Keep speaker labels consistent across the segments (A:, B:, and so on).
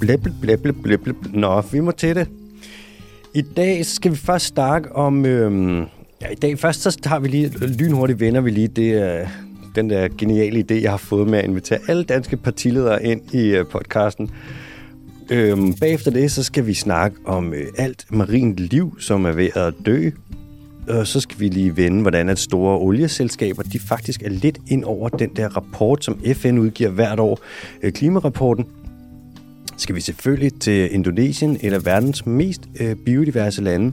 A: Blæble, blæble, blæble. Nå, vi må til det. I dag skal vi først snakke om... Øhm, ja, I dag først så har vi lige... Lynhurtigt vender vi lige det, øh, den der geniale idé, jeg har fået med at invitere alle danske partiledere ind i øh, podcasten. Øhm, bagefter det, så skal vi snakke om øh, alt marint liv, som er ved at dø. Og så skal vi lige vende, hvordan at store olieselskaber, de faktisk er lidt ind over den der rapport, som FN udgiver hvert år, øh, klimarapporten. Skal vi selvfølgelig til Indonesien, eller verdens mest øh, biodiverse lande.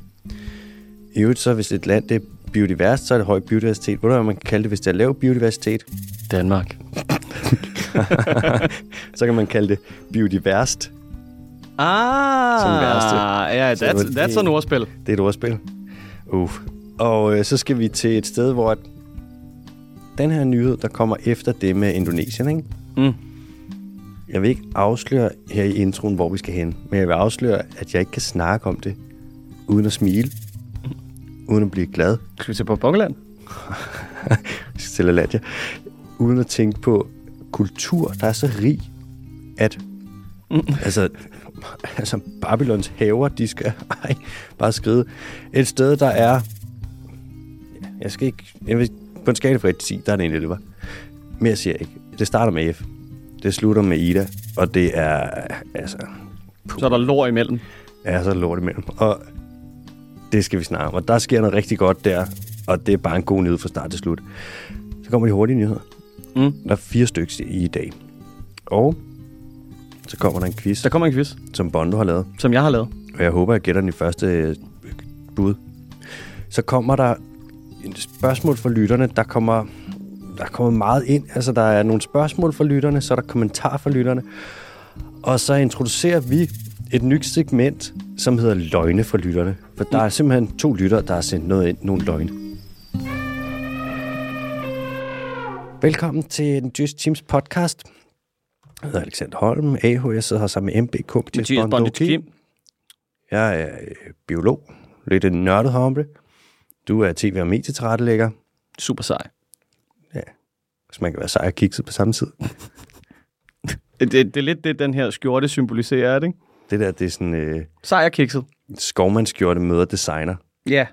A: I øvrigt så, hvis et land det er biodiverst, så er det høj biodiversitet. Ved du, hvad man kan kalde det, hvis det er lav biodiversitet?
B: Danmark.
A: Så kan man kalde det biodiverst.
B: Ah,
A: Som værste.
B: ja,
A: Så det
B: that's,
A: var
B: that's an
A: det-
B: ordspil.
A: Det er et ordspil. Uh. Og øh, så skal vi til et sted, hvor at den her nyhed, der kommer efter det med Indonesien, ikke?
B: Mm.
A: Jeg vil ikke afsløre her i introen, hvor vi skal hen, men jeg vil afsløre, at jeg ikke kan snakke om det, uden at smile, uden at blive glad,
B: Skal vi til på Bongeland?
A: Stella uden at tænke på kultur, der er så rig, at mm. altså, altså Babylons haver, de skal ej, bare skride. Et sted, der er... Jeg skal ikke... Jeg vil, på en skala fra 1 til 10, der er det en 11. Mere siger jeg ikke. Det starter med F. Det slutter med Ida, og det er... Altså,
B: Så er der lår imellem.
A: er så lort imellem. Og det skal vi snakke om. Og der sker noget rigtig godt der, og det er bare en god nyhed fra start til slut. Så kommer de hurtige nyheder.
B: Mm.
A: Der er fire stykker i i dag. Og så kommer der en quiz,
B: Der kommer en quiz,
A: som Bondo har lavet.
B: som jeg har lavet.
A: Og jeg håber, jeg gætter den i første øh, bud. Så kommer der et spørgsmål fra lytterne. Der kommer, der kommer meget ind. Altså, der er nogle spørgsmål fra lytterne, så er der kommentarer fra lytterne. Og så introducerer vi et nyt segment, som hedder Løgne fra lytterne. For der er simpelthen to lyttere, der har sendt noget ind, nogle løgne. Velkommen til den Just Teams podcast. Jeg hedder Alexander Holm, AH. Jeg sidder her sammen med MBK.
B: Mathias
A: Bondo
B: Bondi Kim.
A: jeg er øh, biolog, lidt en nørdet hombre. Du er tv- og medietilrettelægger,
B: Super sej.
A: hvis man kan være sej og kikset på samme tid.
B: Det, det, det er lidt det, den her skjorte symboliserer, er det ikke?
A: Det der, det er sådan øh,
B: Sej og kikset.
A: skovmandskjorte møder designer.
B: Ja.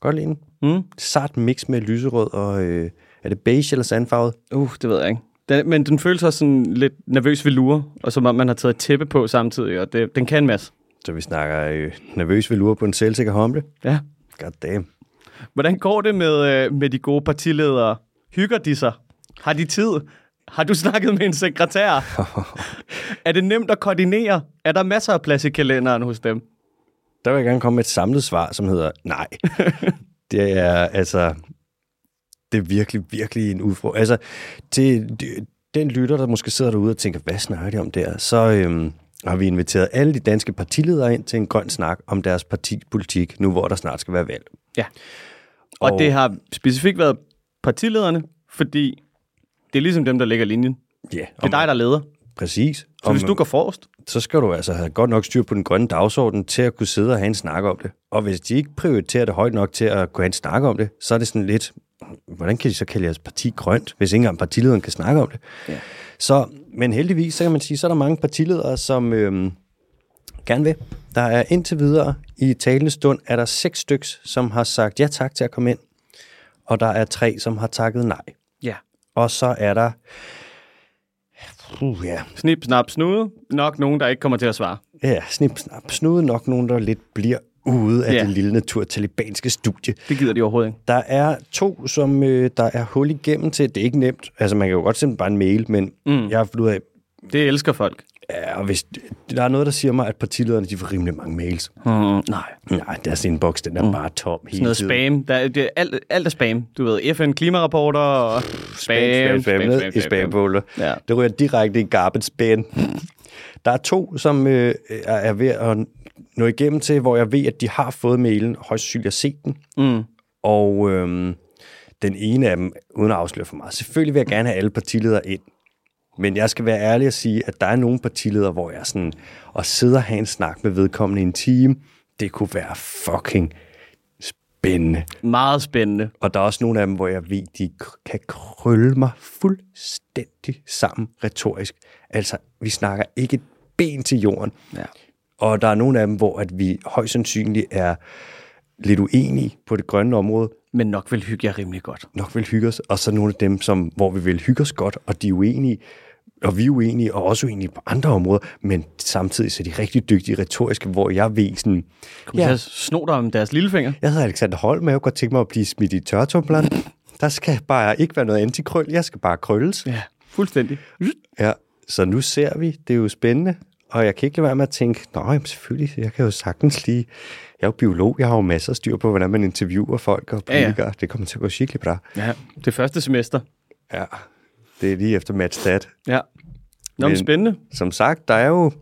A: Godt lide den.
B: Mm.
A: Sart mix med lyserød og... Øh, er det beige eller sandfarvet?
B: Uh, det ved jeg ikke. Den, men den føles også sådan lidt nervøs ved lure, og som om man har taget et tæppe på samtidig, og det, den kan en masse.
A: Så vi snakker øh, nervøs velure på en selvsikker homle.
B: Ja.
A: God damn.
B: Hvordan går det med, øh, med de gode partiledere? Hygger de sig? Har de tid? Har du snakket med en sekretær? er det nemt at koordinere? Er der masser af plads i kalenderen hos dem?
A: Der vil jeg gerne komme med et samlet svar, som hedder nej. det er altså... Det er virkelig, virkelig en udfordring. Altså, til de- den lytter, der måske sidder derude og tænker, hvad snakker de om der? Så øhm, har vi inviteret alle de danske partiledere ind til en grøn snak om deres partipolitik, nu hvor der snart skal være valg.
B: Og,
A: Og-
B: og det har specifikt været partilederne, fordi det er ligesom dem, der lægger linjen. Det
A: Ja,
B: er dig, der leder.
A: præcis.
B: Så hvis du går forrest,
A: så skal du altså have godt nok styr på den grønne dagsorden til at kunne sidde og have en snak om det. Og hvis de ikke prioriterer det højt nok til at kunne have en snak om det, så er det sådan lidt, hvordan kan de så kalde jeres parti grønt, hvis ikke engang partilederen kan snakke om det?
B: Ja.
A: Så, men heldigvis, så kan man sige, så er der mange partiledere, som øhm, gerne vil. Der er indtil videre i talende stund, er der seks styks, som har sagt ja tak til at komme ind, og der er tre, som har takket nej.
B: ja.
A: Og så er der... Uh, ja,
B: snip, snap, snude, nok nogen, der ikke kommer til at svare.
A: Ja, snip, snap, snude nok nogen, der lidt bliver ude af
B: Ja.
A: det lille naturtalibanske studie.
B: Det gider de overhovedet ikke.
A: Der er to, som øh, der er hul igennem til. Det er ikke nemt. Altså, man kan jo godt sende bare en mail, men mm. jeg har fundet ud af,
B: Det elsker folk.
A: ja, og hvis, der er noget, der siger mig, at partilederne de får rimelig mange mails.
B: Mm, nej.
A: Nej, deres inbox, den er mm. bare tom hele
B: Noget
A: tiden.
B: spam. Der, er- det er alt, alt er spam. Du ved, FN klimarapporter og spam,
A: spam, spam, spam, ned i spamfolder.
B: Ja.
A: Det ryger direkte i garbage bin. Der er to, som øh, er er ved at nå igennem til, hvor jeg ved, at de har fået mailen, højst sandsynligt har set den. Mm. Og øhm, den ene af dem, uden at afsløre for meget, selvfølgelig vil jeg gerne have alle partiledere ind. Men jeg skal være ærlig og sige, at der er nogle partiledere, hvor jeg sådan, og sidder og have en snak med vedkommende i en time, det kunne være fucking spændende.
B: Meget spændende.
A: Og der er også nogle af dem, hvor jeg ved, de k- kan krølle mig fuldstændig sammen retorisk. Altså, vi snakker ikke ben til jorden.
B: Ja.
A: Og der er nogle af dem, hvor at vi højst sandsynligt er lidt uenige på det grønne område,
B: Men nok vil hygge jer rimelig godt.
A: nok vil hygge os, og så nogle af dem, som, hvor vi vil hygge os godt, og de er uenige, og vi er uenige, og også uenige på andre områder, men samtidig så er de rigtig dygtige retoriske, hvor jeg ved sådan,
B: Kom ja. så sno dig om deres lillefinger.
A: jeg hedder Alexander Holm, og jeg kunne godt tænke mig at blive smidt i tørretumbleren. Der skal bare ikke være noget antikrøl, jeg skal bare krølles.
B: Ja, fuldstændig.
A: Ja, så nu ser vi, det er jo spændende, og jeg kan ikke lade være med at tænke, nå, jamen selvfølgelig, jeg kan jo sagtens lige, jeg er jo biolog, jeg har jo masser af styr på, hvordan man interviewer folk og
B: Ja, ja.
A: politikere, ja, ja. det kommer til at gå skikkelig bra.
B: Ja, det første semester.
A: Ja, det er lige efter matstat.
B: Ja. Nå, men
A: Men-
B: spændende.
A: Som sagt, der er jo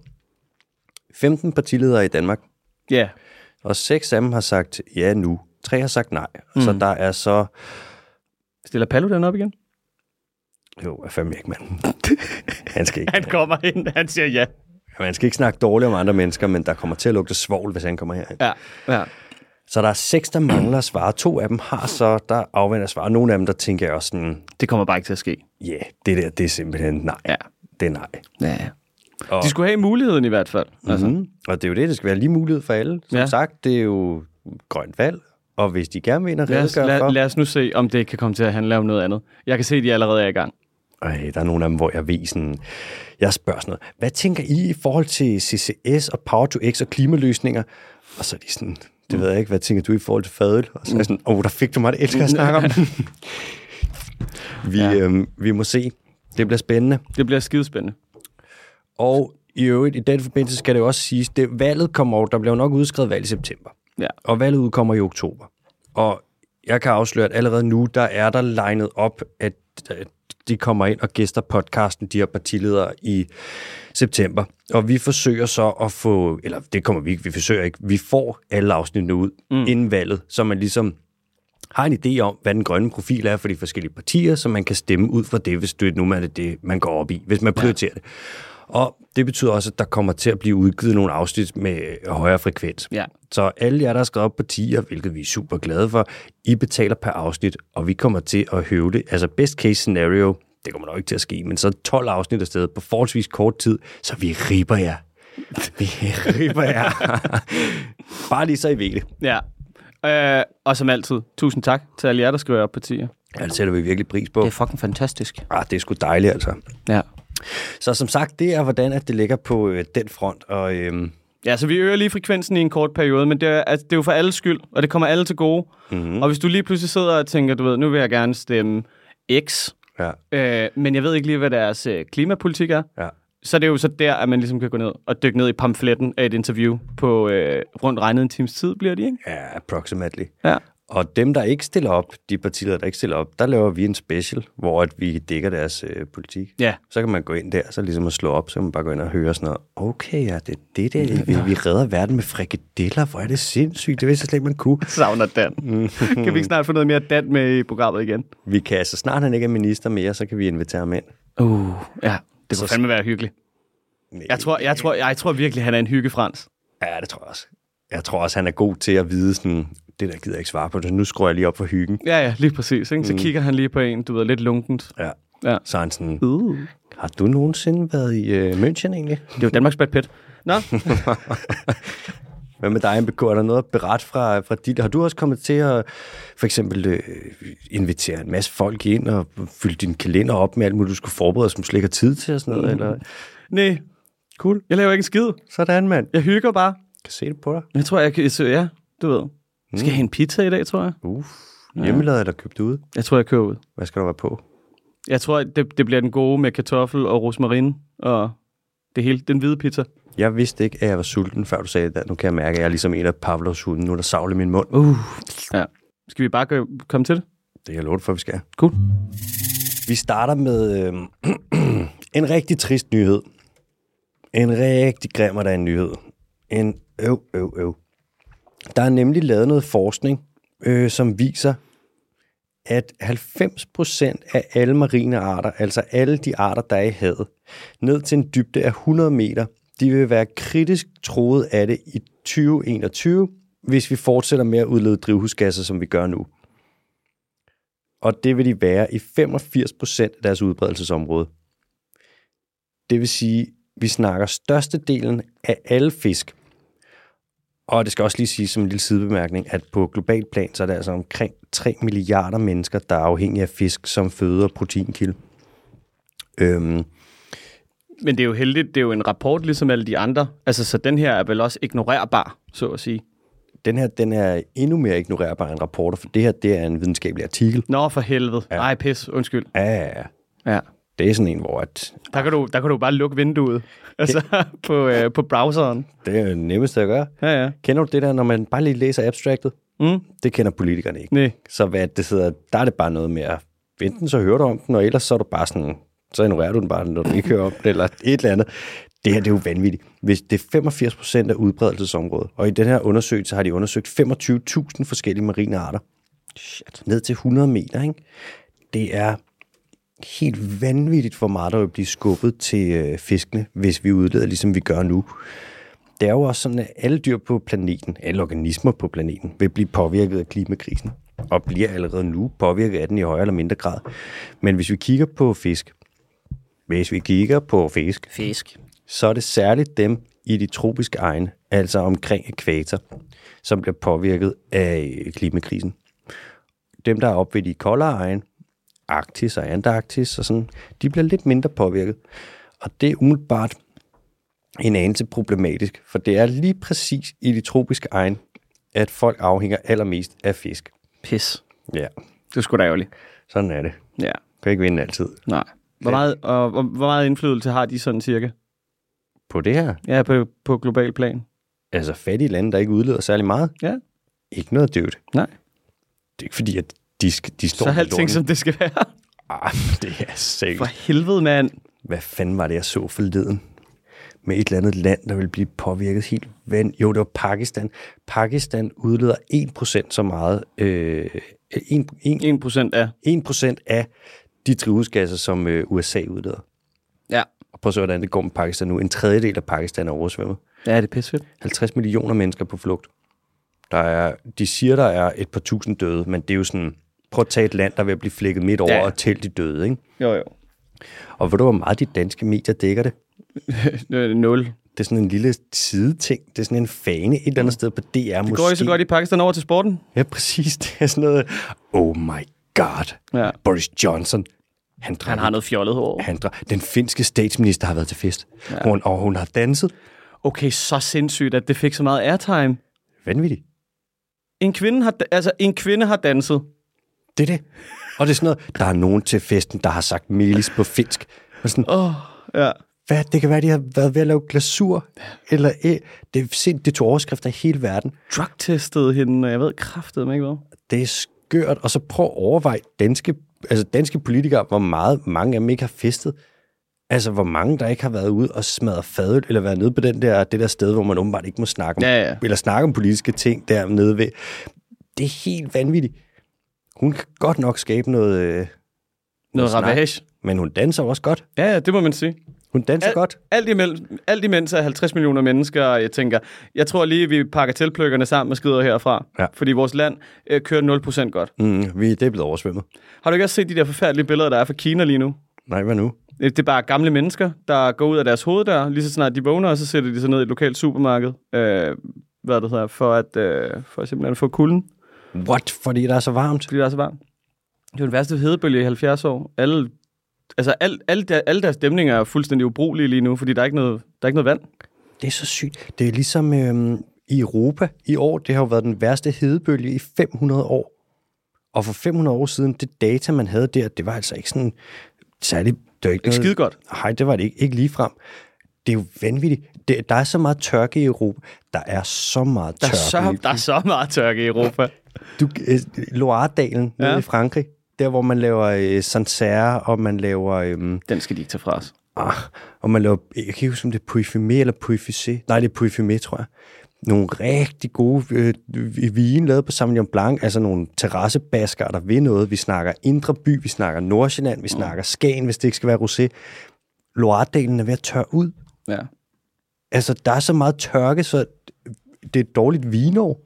A: 15 partiledere i Danmark,
B: Ja.
A: og seks af dem har sagt ja nu, tre har sagt nej, mm. så der er så,
B: Stiller Palu den op igen?
A: jo, jeg fandme ikke, mand. Han skal ikke.
B: Han kommer ind, han siger ja.
A: Man skal ikke snakke dårligt om andre mennesker, men der kommer til at lugte svovl, hvis han kommer herind.
B: Ja, ja.
A: Så der er seks, der mangler at svare. To af dem har så, der afventer at svare. Nogle af dem, der tænker jeg også sådan,
B: Det kommer bare ikke til at ske.
A: ja, yeah, det der, det er simpelthen nej.
B: Ja.
A: Det er nej.
B: ja. Og... De skulle have muligheden i hvert fald. Mm. Altså.
A: Mm. Og det er jo det, det skal være lige mulighed for alle. Som
B: Ja.
A: ja. sagt, det er jo grønt valg, og hvis de gerne vil ind og
B: Altså, Lad, os,
A: redegøre for...
B: lad, lad os nu se, om det kan komme til at handle om noget andet. Jeg kan se, at de allerede er i gang.
A: Ej, der er nogle af dem, hvor jeg ved sådan, jeg spørger sådan noget, hvad tænker I i forhold til CCS og Power to X og klimaløsninger? Og så er de sådan, det ved jeg ikke, hvad tænker du i forhold til fadøl? Og så er jeg sådan, åh, oh, der fik du mig, det elsker jeg at snakke om. vi, ja. øhm, vi må se. Det bliver spændende.
B: Det bliver skidespændende.
A: Og i øvrigt, i den forbindelse skal det jo også siges, det valget kommer over, der bliver jo nok udskrevet valg i september.
B: Ja.
A: Og valget udkommer i oktober. Og jeg kan afsløre, at allerede nu, der er der legnet op, at at de kommer ind og gæster podcasten, de her partiledere, i september. Og vi forsøger så at få, eller det kommer vi ikke, vi forsøger ikke, vi får alle afsnittene ud mm. inden valget, så man ligesom har en idé om, hvad den grønne profil er for de forskellige partier, så man kan stemme ud fra det, hvis det nu er det, det, man går op i, hvis man prioriterer ja. det. Og det betyder også, at der kommer til at blive udgivet nogle afsnit med øh, højere frekvens.
B: Ja.
A: Så alle jer, der har skrevet op partier, hvilket vi er super glade for, I betaler per afsnit, og vi kommer til at høve det. Altså best case scenario, det kommer nok ikke til at ske, men så 12 afsnit af stedet på forholdsvis kort tid, så vi riber jer. Vi riber jer. Bare lige så I ved det.
B: Ja. Øh, og som altid, tusind tak til alle jer, der skriver op partier.
A: Ja, det sætter vi virkelig pris på.
B: fucking fantastisk.
A: Ah, det er sgu dejligt altså.
B: Ja.
A: Så som sagt, det er hvordan at det ligger på øh, den front, og øhm,
B: Ja, så vi øger lige frekvensen i en kort periode, men det er, altså, det er jo for alles skyld, og det kommer alle til gode. Mm-hmm. Og hvis du lige pludselig sidder og tænker, du ved, nu vil jeg gerne stemme X,
A: ja,
B: øh, men jeg ved ikke lige, hvad deres øh, klimapolitik er,
A: ja.
B: så er det jo så der, at man ligesom kan gå ned og dykke ned i pamfletten af et interview på øh, rundt regnet en times tid, bliver det, ikke?
A: Ja, approximately.
B: Ja.
A: Og dem, der ikke stiller op, de partier, der ikke stiller op, der laver vi en special, hvor at vi dækker deres øh, politik.
B: Ja.
A: Så kan man gå ind der, så ligesom at slå op, så kan man bare gå ind og høre sådan noget. Okay, ja, det er det der, vi, vi redder verden med frikadeller, hvor er det sindssygt, det vidste jeg slet ikke, man kunne.
B: Savner Dan. kan vi ikke snart få noget mere Dan med i programmet igen?
A: Vi kan, så snart han ikke er minister mere, så kan vi invitere ham ind.
B: Uh, ja. Det kunne fandme være hyggeligt.
A: Nej.
B: Jeg tror, jeg, tror, jeg tror virkelig, han er en hyggefrans.
A: Ja, det tror jeg også. Jeg tror også, han er god til at vide sådan, det der gider jeg ikke svare på, så nu skruer jeg lige op for hyggen.
B: Ja, ja, lige præcis. Ikke? Så kigger han lige på en, du ved, lidt lunkent.
A: Ja.
B: Ja.
A: Så er han sådan,
B: Uh.
A: har du nogensinde været i øh, München egentlig?
B: Det var Danmarks Brad Pitt. Nå,
A: Hvad med dig, MBK? Er der noget at berette fra, fra dit? Har du også kommet til at for eksempel øh, invitere en masse folk ind og fylde din kalender op med alt muligt, du skulle forberede, som du slet ikke har tid til og sådan noget? Mm. Eller?
B: nej.
A: Cool.
B: Jeg laver ikke en skid.
A: Sådan, mand.
B: Jeg hygger bare.
A: Kan se det på dig.
B: Jeg tror, jeg kan... Så, ja, du ved. Skal jeg have en pizza i dag, tror jeg?
A: Uff. Hjemmelavet eller købt ude?
B: Jeg tror, jeg kører ud.
A: Hvad skal der være på?
B: Jeg tror, det, det bliver den gode med kartoffel og rosmarin og det hele. Den hvide pizza.
A: Jeg vidste ikke, at jeg var sulten, før du sagde det. Nu kan jeg mærke, at jeg er ligesom en af Pavlovs hunde. Nu er der savl i min mund.
B: Uh. Ja. Skal vi bare gå, komme til det?
A: Det kan jeg love dig for, vi skal.
B: Cool.
A: Vi starter med øh, en rigtig trist nyhed. En rigtig grim og der er en nyhed. En øv, øv, øv. Der er nemlig lavet noget forskning, øh, som viser, at 90% af alle marine arter, altså alle de arter, der er i havet, ned til en dybde af 100 meter, de vil være kritisk troet af det i 2021, hvis vi fortsætter med at udlede drivhusgasser, som vi gør nu og det vil de være i 85 procent af deres udbredelsesområde. Det vil sige, Vi snakker størstedelen af alle fisk. Og det skal også lige sige som en lille sidebemærkning, at på global plan, så er det altså omkring 3 milliarder mennesker, der er afhængige af fisk som føde og proteinkilde. Øhm,
B: Men det er jo heldigt, det er jo en rapport ligesom alle de andre. Altså, så den her er vel også ignorerbar, så at sige.
A: den her den er endnu mere ignorerbar end rapporter, for det her det er en videnskabelig artikel.
B: Nå, for helvede. Ja. Ej, pis. Undskyld.
A: Ja, ja, ja.
B: Ja.
A: det er sådan en, hvor at
B: Der kan du, der kan du bare lukke vinduet. Altså, på, øh, på browseren.
A: det er det nemmeste at gøre.
B: Ja, ja.
A: Kender du det der, når man bare lige læser abstractet?
B: Mm.
A: Det kender politikerne ikke.
B: Nej.
A: Så hvad det sidder, der er det bare noget med at enten så hører du om den, og ellers så er du bare sådan, så ignorerer du den bare, når du ikke hører om den, eller et eller andet. Det her, det er jo vanvittigt. Hvis det er 85 procent af udbredelsesområdet, og i den her undersøgelse har de undersøgt 25.000 forskellige marine arter. Shit. Ned til 100 meter, ikke? Det er helt vanvittigt, hvor meget der vil blive skubbet til øh, fiskene, hvis vi udleder, ligesom vi gør nu. Det er jo også sådan, at alle dyr på planeten, alle organismer på planeten, vil blive påvirket af klimakrisen, og bliver allerede nu påvirket af den i højere eller mindre grad. Men hvis vi kigger på fisk, hvis vi kigger på fisk,
B: Fisk.
A: så er det særligt dem i de tropiske egne, altså omkring ekvator, som bliver påvirket af øh, klimakrisen. Dem, der er oppe ved de koldere egne, Arktis og Antarktis og sådan, de bliver lidt mindre påvirket. Og det er umiddelbart en anelse problematisk, for det er lige præcis i de tropiske egne, at folk afhænger allermest af fisk.
B: Pis.
A: Ja,
B: Det er sgu da ærgerligt.
A: sådan er det.
B: Ja.
A: Kan ikke vinde altid
B: Nej. Hvor meget, og, og, hvor meget indflydelse har de sådan cirka?
A: på det her.
B: Ja, på, på global plan.
A: Altså fattige lande, der ikke udleder særlig meget.
B: Ja.
A: Ikke noget dødt.
B: Nej.
A: Det er ikke fordi, at de, skal, de står
B: Så
A: med
B: er alting,
A: lorten.
B: som det skal være.
A: Ah, det er sikkert.
B: For helvede, mand.
A: Hvad fanden var det, jeg så forleden? Med et eller andet land, der ville blive påvirket helt vand. Jo, det var Pakistan. Pakistan udleder 1% så meget. Øh, 1, 1,
B: 1% af.
A: 1% af de drivhusgasser, som øh, USA udleder.
B: Ja.
A: Og prøv at se, hvordan det går med Pakistan nu. En tredjedel af Pakistan er oversvømmet.
B: Ja, det er pissefedt.
A: 50 millioner mennesker på flugt. Der er, de siger, der er et par tusind døde, men det er jo sådan, prøv at tage et land, der vil blive flækket midt over
B: Ja.
A: ja. og tælle de døde, ikke?
B: Jo, jo.
A: Og ved du, hvor meget de danske medier dækker det?
B: Øh, Nul.
A: Det er sådan en lille sideting. Det er sådan en fane et eller andet sted på DR. Det måske.
B: Mm. Går I så godt i Pakistan over til sporten?
A: Ja, præcis. Det er sådan noget, oh my god,
B: Ja.
A: Boris Johnson. Han, drak,
B: Han har noget fjollet hår.
A: han drak, Den finske statsminister har været til fest, ja. hun, og hun har danset.
B: Okay, så sindssygt, at det fik så meget airtime.
A: Vanvittigt.
B: En kvinde har, altså, en kvinde har danset.
A: Det er det. Og det er sådan noget, der er nogen til festen, der har sagt melis på finsk. Og sådan,
B: Åh, oh, ja.
A: hvad, det kan være, de har været ved at lave glasur, eller æ. Det, er sind, det tog overskrifter i hele verden.
B: Drugtestede hende, og jeg ved kraftedeme ikke hvad.
A: Det er skørt. Og så prøv at overveje danske, altså danske politikere, hvor meget mange af dem ikke har festet. Altså, hvor mange, der ikke har været ude og smadret fadøl, eller været nede på den der, det der sted, hvor man åbenbart ikke må snakke om,
B: Ja, ja.
A: eller snakke om politiske ting dernede ved. Det er helt vanvittigt. Hun kan godt nok skabe noget, øh,
B: Noget
A: snak.
B: ravage.
A: men hun danser også godt.
B: Ja, ja, det må man sige.
A: Hun danser
B: Al-
A: godt.
B: Alt imens, alt imens er 50 millioner mennesker, og jeg tænker, jeg tror lige, vi pakker tilpløkkerne sammen og skrider herfra.
A: Ja.
B: Fordi vores land øh, kører 0% godt.
A: Mm, vi, det er blevet oversvømmet.
B: Har du ikke også set de der forfærdelige billeder, der er fra Kina lige nu?
A: Nej, hvad nu?
B: Øh, Det er bare gamle mennesker, der går ud af deres hoveddør, lige så snart de vågner, og så sætter de sig ned i et lokalt supermarked, øh, hvad det hedder, for at øh, for simpelthen at få kulden,
A: What? Fordi der er så varmt.
B: fordi det er så varmt. Det er jo den værste hedebølge i 70 år. Alle, altså al, alle, der, alle deres dæmninger er fuldstændig ubrugelige lige nu, fordi der er ikke noget, der er ikke noget vand.
A: Det er så sygt. Det er ligesom øhm, i Europa i år. Det har jo været den værste hedebølge i 500 år. Og for 500 år siden, det data, man havde der, det var altså ikke sådan særlig... Det var ikke
B: Ikke
A: noget,
B: skide godt.
A: Nej, det var det ikke. Ikke ligefrem. Det er jo vanvittigt. Det, der er så meget tørke i Europa. Der er så meget
B: Der er,
A: tørke.
B: så, der er så meget tørke i Europa.
A: Du, øh, Loire-dalen ja.
B: Ja.
A: nede i Frankrig. Der, hvor man laver øh, Sancerre, og man laver... Øh,
B: Den skal de ikke tage fra os.
A: Ah, og man laver, jeg kan ikke huske, om det er Puifumé eller Puifusé. Nej, det er Puifumé, tror jeg. Nogle rigtig gode øh, vine lavet på Sauvignon Blanc, altså nogle terrassebasker, der ved noget. Vi snakker Indre By, vi snakker Nordsjælland, vi snakker Skagen, hvis det ikke skal være rosé. Loire-delen er ved at tørre ud.
B: Ja.
A: Altså, der er så meget tørke, så det er et dårligt vinår.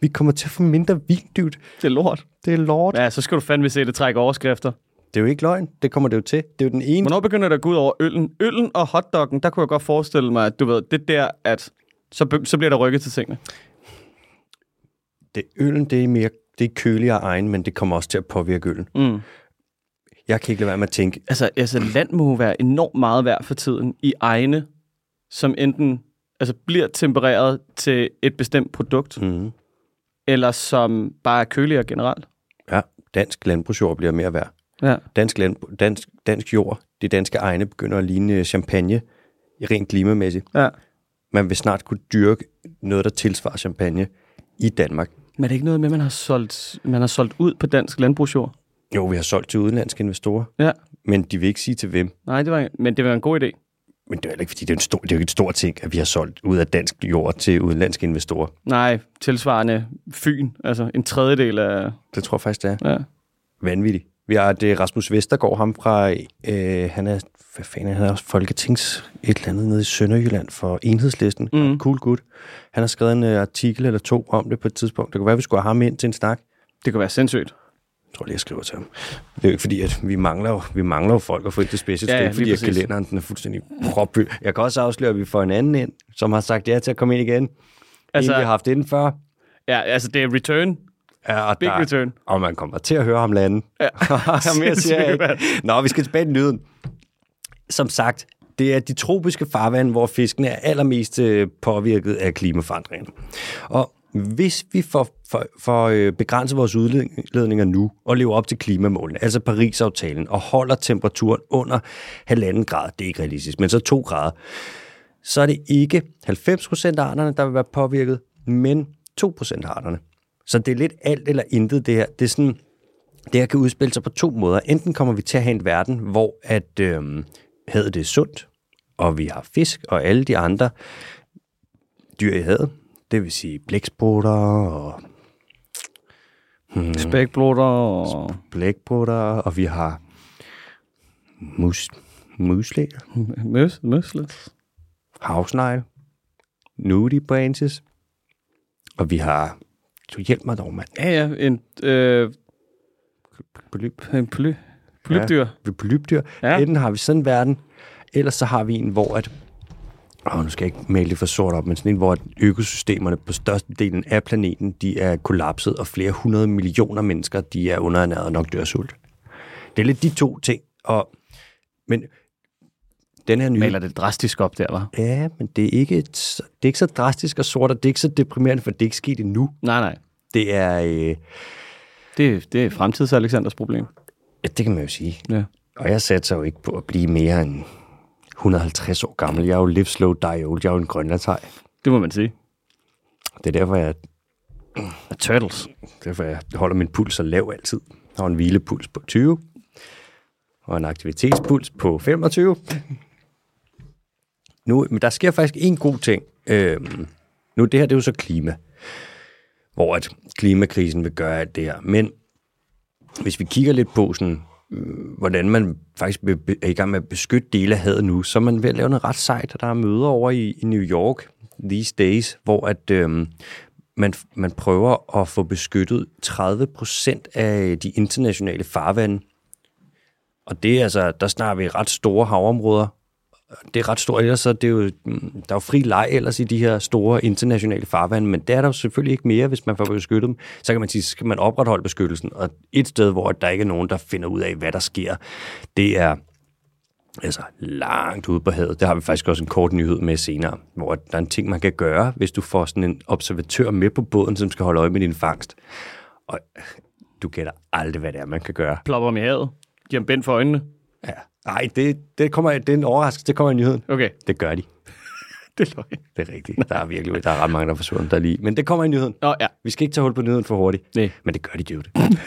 A: Vi kommer til at få mindre vindygt.
B: Det er lort.
A: Det er lort.
B: Ja, så skal du fandme se det trække overskrifter.
A: Det er jo ikke løgn. Det kommer det jo til. Det er jo den ene.
B: Hvornår begynder det at gå ud over øllen? Øllen og hotdoggen, der kunne jeg godt forestille mig, at du ved, det der, at så, be- så bliver der rykket til tingene.
A: Det, øllen, det er mere det er køligere egen, men det kommer også til at påvirke øllen.
B: Mm.
A: Jeg kan ikke lade være med at tænke,
B: Altså, altså, land må jo være enormt meget værd for tiden i egne, som enten altså, bliver tempereret til et bestemt produkt,
A: mm,
B: eller som bare er køligere generelt.
A: ja, dansk landbrugsjord bliver mere værd.
B: Ja.
A: Dansk, land, dansk, dansk jord, de danske egne, begynder at ligne champagne rent klimamæssigt.
B: ja.
A: Man vil snart kunne dyrke noget, der tilsvarer champagne i Danmark.
B: Men er det ikke noget med, at man har solgt, man har solgt ud på dansk landbrugsjord?
A: Jo, vi har solgt til udenlandske investorer,
B: Ja.
A: men de vil ikke sige til hvem.
B: Nej, det var, men det var en god idé.
A: Men det er jo heller ikke, fordi det er, en stor, det er jo ikke en stor ting, at vi har solgt ud af dansk jord til udenlandske investorer.
B: Nej, tilsvarende Fyn, altså en tredjedel af...
A: Det tror jeg faktisk, det er.
B: Ja.
A: Vanvittigt. Vi har det er Rasmus Vestergaard, ham fra, øh, han er, hvad fanden, er han? han er også folketings et eller andet nede i Sønderjylland for enhedslisten. Mm. Cool gut. Han har skrevet en øh, artikel eller to om det på et tidspunkt. Det kunne være, vi skulle have ham ind til en snak.
B: Det kunne være sindssygt.
A: Jeg tror lige, jeg skriver til ham. Det er jo ikke fordi, at vi mangler jo, vi mangler jo folk at få ind til special.
B: Ja,
A: det er
B: ja,
A: ikke fordi,
B: lige
A: at
B: præcis.
A: kalenderen den er fuldstændig propfyldt. Jeg kan også afsløre, at vi får en anden ind, som har sagt ja til at komme ind igen. Altså,
B: Altså-
A: en, vi har haft inden før.
B: Ja, altså det er return.
A: Ja, og
B: Big return.
A: Og man kommer til at høre ham lande. Ja. Mere siger jeg
B: Sindssygt,
A: ikke. Nå, vi skal tilbage til lyden. Som sagt, det er de tropiske farvande, hvor fiskene er allermest øh, påvirket af klimaforandringerne. Og hvis vi får, for, for øh, begrænset vores udledninger nu og lever op til klimamålene, altså Paris-aftalen, og holder temperaturen under halvanden grad, det er ikke realistisk, men så to grader, så er det ikke 90% af arterne, der vil være påvirket, men 2% af arterne. Så det er lidt alt eller intet, det her. Det er sådan, det her kan udspille sig på to måder. Enten kommer vi til at have en verden, hvor at øhm, havet det er sundt, og vi har fisk og alle de andre dyr i havet. Det vil sige blæksprutter og
B: Spækblotter og...
A: blækprutter, og vi har mus, muslinger,
B: Møs, møslet.
A: havsnegle, nudie branches, og vi har... Du hjælp mig dog, mand.
B: Ja, ja, en, øh,
A: Polyp.
B: en poly, polypdyr. Ja.
A: Ja, polypdyr. Ja.
B: Ja.
A: Enten har vi sådan en verden, eller så har vi en, hvor at... Åh, nu skal jeg ikke male det for sort op, men sådan en, hvor at økosystemerne på størstedelen af planeten, de er kollapset, og flere hundrede millioner mennesker, de er underernæret og nok dør af sult. Det er lidt de to ting, og... Men den her nye...
B: Maler det drastisk op der, var.
A: Ja, men det er, ikke, et- det er ikke så drastisk og sort, og det er ikke så deprimerende, for det er ikke sket endnu.
B: Nej, nej.
A: Det er... Øh,
B: Det, det er fremtids Alexanders problem.
A: ja, det kan man jo sige.
B: Ja.
A: Og jeg satser jo ikke på at blive mere end 150 år gammel. Jeg er jo live slow, die old. Jeg er jo en grønlandshej.
B: Det må man sige.
A: Det er derfor, jeg,
B: A turtles.
A: derfor, jeg holder min puls så lav altid. Jeg har en hvilepuls på 20, og en aktivitetspuls på 25. Nu, men der sker faktisk en god ting. Øhm, nu, det her, det er jo så klima. Hvor at klimakrisen vil gøre alt det her. Men hvis vi kigger lidt på sådan, øh, hvordan man faktisk be- be- er i gang med at beskytte dele af havet nu, så er man ved at lave noget ret sejt, og der er møder over i, i New York these days, hvor at, øhm, man, man prøver at få beskyttet 30 procent af de internationale farvande. Og det er altså, der snakker vi ret store havområder. Det er ret stort, ellers så er det jo, mm, der er jo fri leg ellers i de her store internationale farvande, men der er der jo selvfølgelig ikke mere, hvis man får beskyttet dem. Så kan man sige, så skal man opretholde beskyttelsen. Og et sted, hvor der ikke er nogen, der finder ud af, hvad der sker, det er altså langt ude på havet. Det har vi faktisk også en kort nyhed med senere, hvor der er en ting, man kan gøre, hvis du får sådan en observatør med på båden, som skal holde øje med din fangst. Og øh, du gætter aldrig, hvad det er, man kan gøre.
B: Plopper dem i havet. Giver dem bænd for øjnene.
A: Ja. Nej, det, det, kommer, det er en overraskelse. Det kommer i nyheden.
B: Okay,
A: Det gør de.
B: det er løgn.
A: Det er rigtigt. Der er virkelig der er ret mange, der er forsvundet der lige. Men det kommer i nyheden.
B: Nå ja,
A: Vi skal ikke tage hul på nyheden for hurtigt.
B: Nej.
A: Men det gør de jo det.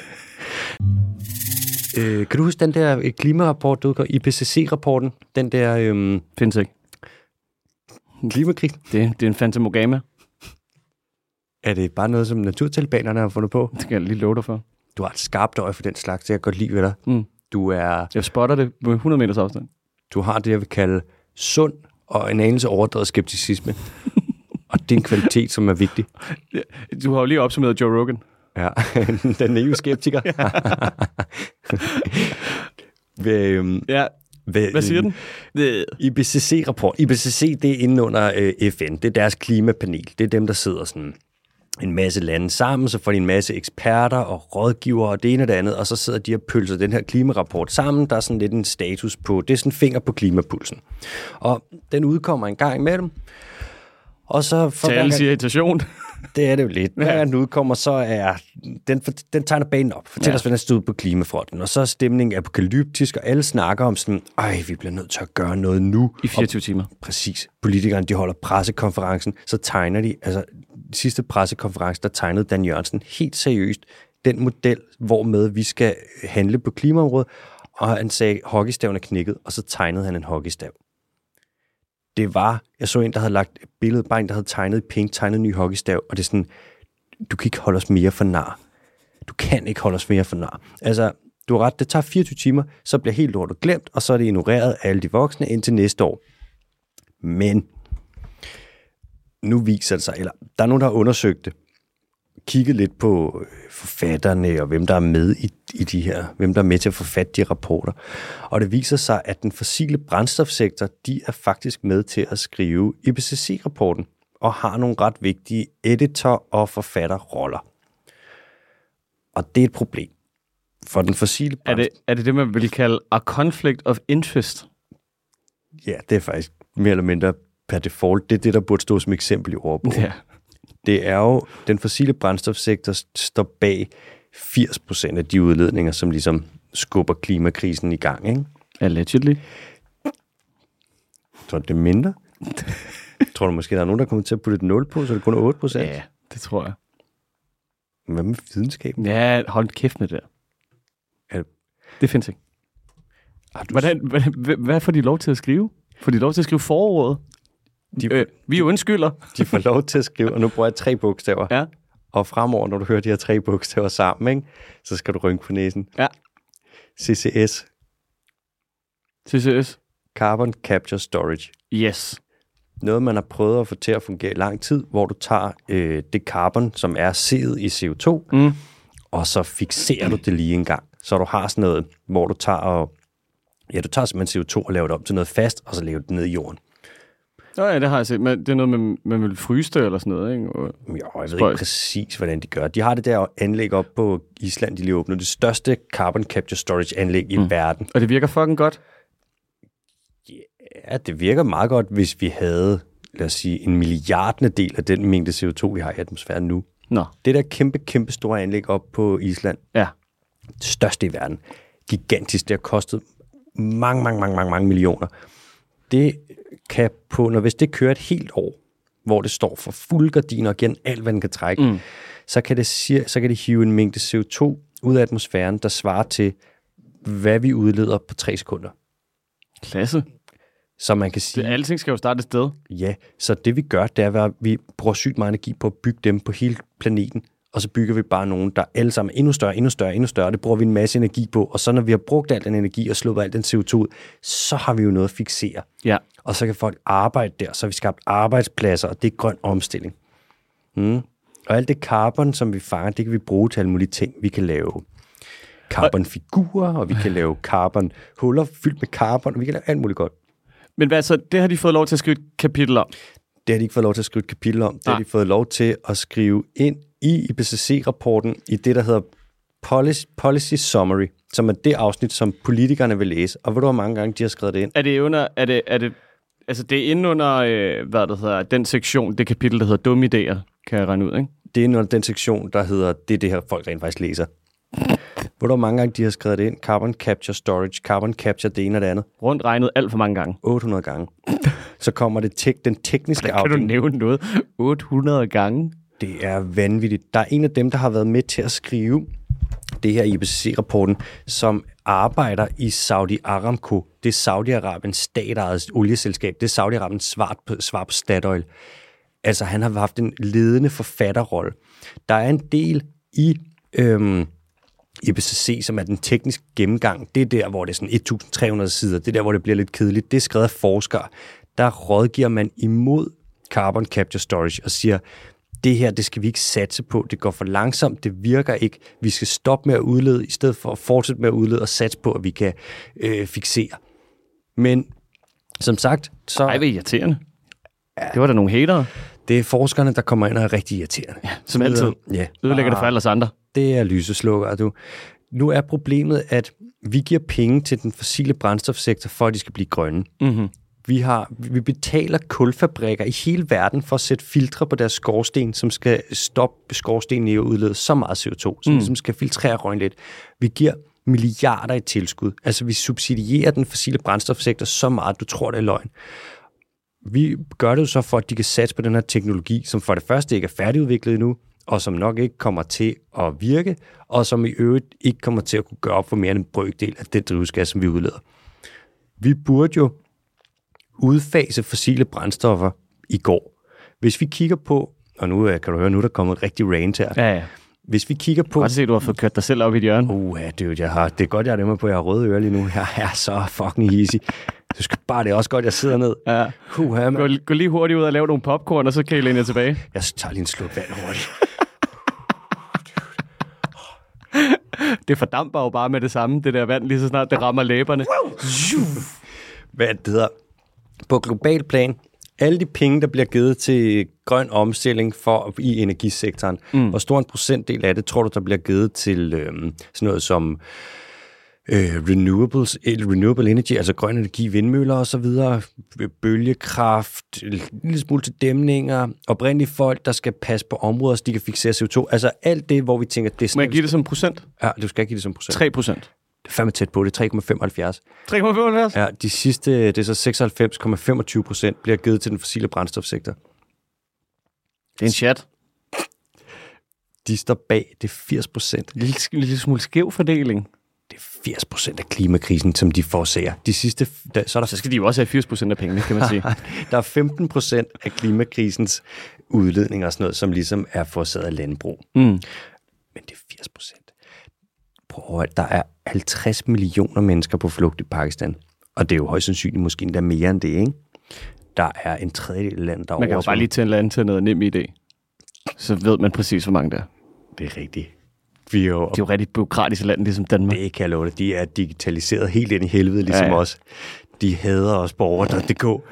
A: øh, kan du huske den der øh, klimarapport, du udgav? IPCC-rapporten? Den der øhm,
B: findes ikke.
A: klimakrig?
B: Det, det er en fantamogama.
A: Er det bare noget, som naturtalibanerne har fundet på?
B: Det skal jeg lige love dig for.
A: Du har et skarpt øje for den slags, det kan jeg godt lide ved dig.
B: Mm.
A: Du, er,
B: Jeg spotter det med 100 meters afstand.
A: du har det, jeg vil kalde sund og en anelse overdrevet skepticisme. og det er en kvalitet, som er vigtig.
B: Du har jo lige opsummeret Joe Rogan.
A: Ja, den naive skeptiker. ved, øhm,
B: Ja,
A: ved,
B: hvad siger den? Øh.
A: IPCC-rapport. IPCC, det er inde under øh, FN. Det er deres klimapanel. Det er dem, der sidder sådan en masse lande sammen, så får de en masse eksperter og rådgivere og det ene og det andet, og så sidder de og pølser den her klimarapport sammen. Der er sådan lidt en status på, det er sådan en finger på klimapulsen. Og den udkommer en gang imellem, og så... For
B: Til
A: hver gang-
B: alles irritation.
A: det er det jo lidt. Hver gang den udkommer, så er den, for- den tegner banen op. Fortæl ja. os, hvordan det stod på klimafronten. Og så er stemningen apokalyptisk, og alle snakker om sådan, ej, vi bliver nødt til at gøre noget nu.
B: I 24 timer.
A: Præcis. Politikerne, de holder pressekonferencen, så tegner de, altså sidste pressekonference, der tegnede Dan Jørgensen helt seriøst den model, hvormed vi skal handle på klimaområdet, og han sagde, hockeystaven er knækket, og så tegnede han en hockeystav. Det var, jeg så en, der havde lagt et billede, bare en, der havde tegnet i pink, tegnet en ny hockeystav, og det er sådan, du kan ikke holde os mere for nar. Du kan ikke holde os mere for nar. Altså, du har ret, det tager 24 timer, så bliver helt lortet glemt, og så er det ignoreret af alle de voksne indtil næste år. Men nu viser det sig, eller der er nogen, der har undersøgt det, kigget lidt på øh, forfatterne og hvem der er med i, i de her, hvem der er med til at forfatte de rapporter. Og det viser sig, at den fossile brændstofsektor, de er faktisk med til at skrive IPCC-rapporten og har nogle ret vigtige editor- og forfatterroller. Og det er et problem for den fossile
B: Er
A: brændstof.
B: det, er det det, man vil kalde a conflict of interest?
A: Ja, det er faktisk mere eller mindre per default. Det er det, der burde stå som eksempel i ordbogen.
B: Ja.
A: det er jo, den fossile brændstofsektor st- står bag 80% af de udledninger, som ligesom skubber klimakrisen i gang, ikke?
B: Allegedly.
A: Tror du, det er mindre? Tror du måske, der er nogen, der kommer til at putte et 0 på, så det kun er 8%?
B: Ja, det tror jeg.
A: Hvad med videnskaben?
B: Ja, hold kæft med det der.
A: Er det-
B: Det findes ikke.
A: Har du
B: Hvordan, hvordan, hva- hvad får de lov til at skrive? Får de lov til at skrive forordet?
A: De-
B: De, øh, vi undskylder.
A: De får lov til at skrive, og nu bruger jeg tre bogstaver.
B: Ja.
A: Og fremover, når du hører de her tre bogstaver sammen, ikke? så skal du rynke på næsen.
B: Ja.
A: CCS,
B: CCS.
A: Carbon Capture Storage.
B: Yes.
A: noget, man har prøvet at få til at fungere i lang tid, hvor du tager øh, det carbon, som er seet i CO2,
B: Mm.
A: og så fixerer du det lige en gang. Så du har sådan noget, hvor du tager og, ja, du tager simpelthen CO2 og laver det om til noget fast, og så laver du det ned i jorden.
B: Nå ja, det har jeg set. Men det er noget, man, man vil fryse det eller sådan noget, ikke? Og-
A: Jo, jeg ved ikke
B: Spøjst.
A: præcis, hvordan de gør. De har det der anlæg op på Island, de lige åbner det største carbon capture storage anlæg i mm. verden.
B: Og det virker fucking godt.
A: Ja, det virker meget godt, hvis vi havde, lad os sige, en milliardende del af den mængde CO2, vi har i atmosfæren nu.
B: Nå,
A: Det der kæmpe, kæmpe store anlæg op på Island,
B: ja.
A: det største i verden. Gigantisk. Det har kostet mange, mange, mange, mange, mange millioner. Det kan på, når hvis det kører et helt år, hvor det står for fulde gardiner og igen alt, hvad den kan trække, mm. så, kan det, sir- så kan det hive en mængde CO2 ud af atmosfæren, der svarer til, hvad vi udleder på tre sekunder.
B: Klasse.
A: Så man kan sige,
B: Det, alting skal jo starte et sted.
A: Ja, så det vi gør, det er, at vi bruger sygt meget energi på at bygge dem på hele planeten, og så bygger vi bare nogen, der alle sammen er endnu større, endnu større, endnu større. Det bruger vi en masse energi på, og så når vi har brugt al den energi og sluppet al den CO2 ud, så har vi jo noget at fixere.
B: Ja.
A: Og så kan folk arbejde der, så har vi skabt arbejdspladser, og det er grøn omstilling. Mm. Og alt det carbon, som vi fanger, det kan vi bruge til alle mulige ting, vi kan lave carbonfigurer, og vi kan lave carbonhuller fyldt med carbon, og vi kan lave alt muligt godt.
B: Men hvad så? Det har de fået lov til at skrive et kapitel om.
A: Det har de ikke fået lov til at skrive et kapitel om. Det har
B: Nej.
A: de fået lov til at skrive ind i IPCC-rapporten i det, der hedder Policy, Policy Summary, som er det afsnit, som politikerne vil læse. Og ved du, hvor mange gange de har skrevet det ind?
B: Er det under... Er det, er det, altså, det er inde under, øh, hvad det hedder, den sektion, det kapitel, der hedder dumme idéer, kan jeg regne ud, ikke?
A: Det er under den sektion, der hedder, det er det her, folk rent faktisk læser. Ved du, hvor mange gange de har skrevet det ind? Carbon Capture Storage, Carbon Capture, det ene og det andet.
B: Rundt regnet alt for mange gange.
A: 800 gange. Så kommer det tek- den tekniske
B: Kan du
A: afdeling.
B: nævne noget? 800 gange?
A: Det er vanvittigt. Der er en af dem, der har været med til at skrive det her IPCC-rapporten, som arbejder i Saudi Aramco. Det er Saudi-Arabiens statejet olieselskab. Det er Saudi-Arabiens svar på, svar på Statoil. Altså, han har haft en ledende forfatterrolle. Der er en del i øhm, IPCC, som er den tekniske gennemgang. Det er der, hvor det er sådan 1300 sider. Det er der, hvor det bliver lidt kedeligt. Det er skrevet af forskere. Der rådgiver man imod carbon capture storage og siger, det her, det skal vi ikke satse på, det går for langsomt, det virker ikke, vi skal stoppe med at udlede, i stedet for at fortsætte med at udlede og satse på, at vi kan øh, fixere. Men som sagt, så
B: Ej, hvor irriterende. Det var da nogle hatere,
A: det er forskerne, der kommer ind og er rigtig irriterende. Ja,
B: som altid.
A: Ja,
B: Ødelægger det for alle os andre.
A: det er lyseslukker, du. Nu er problemet, at vi giver penge til den fossile brændstofsektor, for at de skal blive grønne. Mm-hmm. Vi, har, vi betaler kulfabrikker i hele verden for at sætte filtre på deres skorsten, som skal stoppe skorstenen i at udlede så meget CO2, som, mm. som skal filtrere røgen lidt. Vi giver milliarder i tilskud. Altså, vi subsidierer den fossile brændstofsektor så meget, du tror, det er løgn. Vi gør det jo så for, at de kan satse på den her teknologi, som for det første ikke er færdigudviklet endnu, og som nok ikke kommer til at virke, og som i øvrigt ikke kommer til at kunne gøre op for mere end en brøkdel af den drivhusgas, som vi udleder. Vi burde jo udfase fossile brændstoffer i går. Hvis vi kigger på, og nu øh, kan du høre, nu er der kommet et rigtig rant her.
B: Ja, ja.
A: Hvis vi kigger på...
B: Godt se, du har fået kørt dig selv op i et hjørne.
A: Uha, dude, jeg har, det er godt, jeg har det med på, at jeg har røde ører lige nu. Jeg er så fucking easy. Du skal bare, det er også godt, jeg sidder ned.
B: Ja.
A: Uha, man.
B: Gå, gå lige hurtigt ud og lave nogle popcorn, og så kan I læne jer tilbage.
A: Jeg tager lige en sluk vand hurtigt.
B: Det fordamper jo bare med det samme, det der vand, lige så snart det rammer læberne.
A: hvad det hedder, på global plan, alle de penge, der bliver givet til grøn omstilling for, i energisektoren, mm. hvor stor en procentdel af det, tror du, der bliver givet til øh, sådan noget som øh, renewables, eller renewable energy, altså grøn energi, vindmøller og så videre, bølgekraft, en lille smule til dæmninger, oprindelige folk, der skal passe på områder, så de kan fixere CO2. Altså alt det, hvor vi tænker, det er
B: Må jeg
A: sådan,
B: give det som procent?
A: ja, du skal ikke give det som procent.
B: 3 procent.
A: Det er fandme tæt på, det er 3,75.
B: 3,75?
A: Ja, de sidste, det er så 96,25 procent, bliver givet til den fossile brændstofsektor.
B: Det er en chat.
A: De står bag det er 80 procent.
B: Lille, lille smule skæv fordeling.
A: Det er 80 procent af klimakrisen, som de forårsager. De sidste, der, så er
B: Så
A: der,
B: skal de jo også have 80 procent af pengene, kan man sige.
A: der er 15 procent af klimakrisens udledning og sådan noget, som ligesom er forårsaget af landbrug. Mm. Men det er 80 procent. Prøv at høre, der er 50 millioner mennesker på flugt i Pakistan. Og det er jo højst sandsynligt måske endda mere end det, ikke? Der er en tredjedel af landet, der er
B: Man kan jo
A: oversvømmet.
B: bare lige tænde land til noget nem idé. Så ved man præcis, hvor mange der er.
A: Det er rigtigt. Vi er jo
B: Det er jo rigtig bureaukratisk land, ligesom Danmark.
A: Det kan jeg love dig. De er digitaliseret helt ind i helvede, ligesom ja,
B: Ja,
A: ja.
B: ja.
A: os. De hader os på over.dk.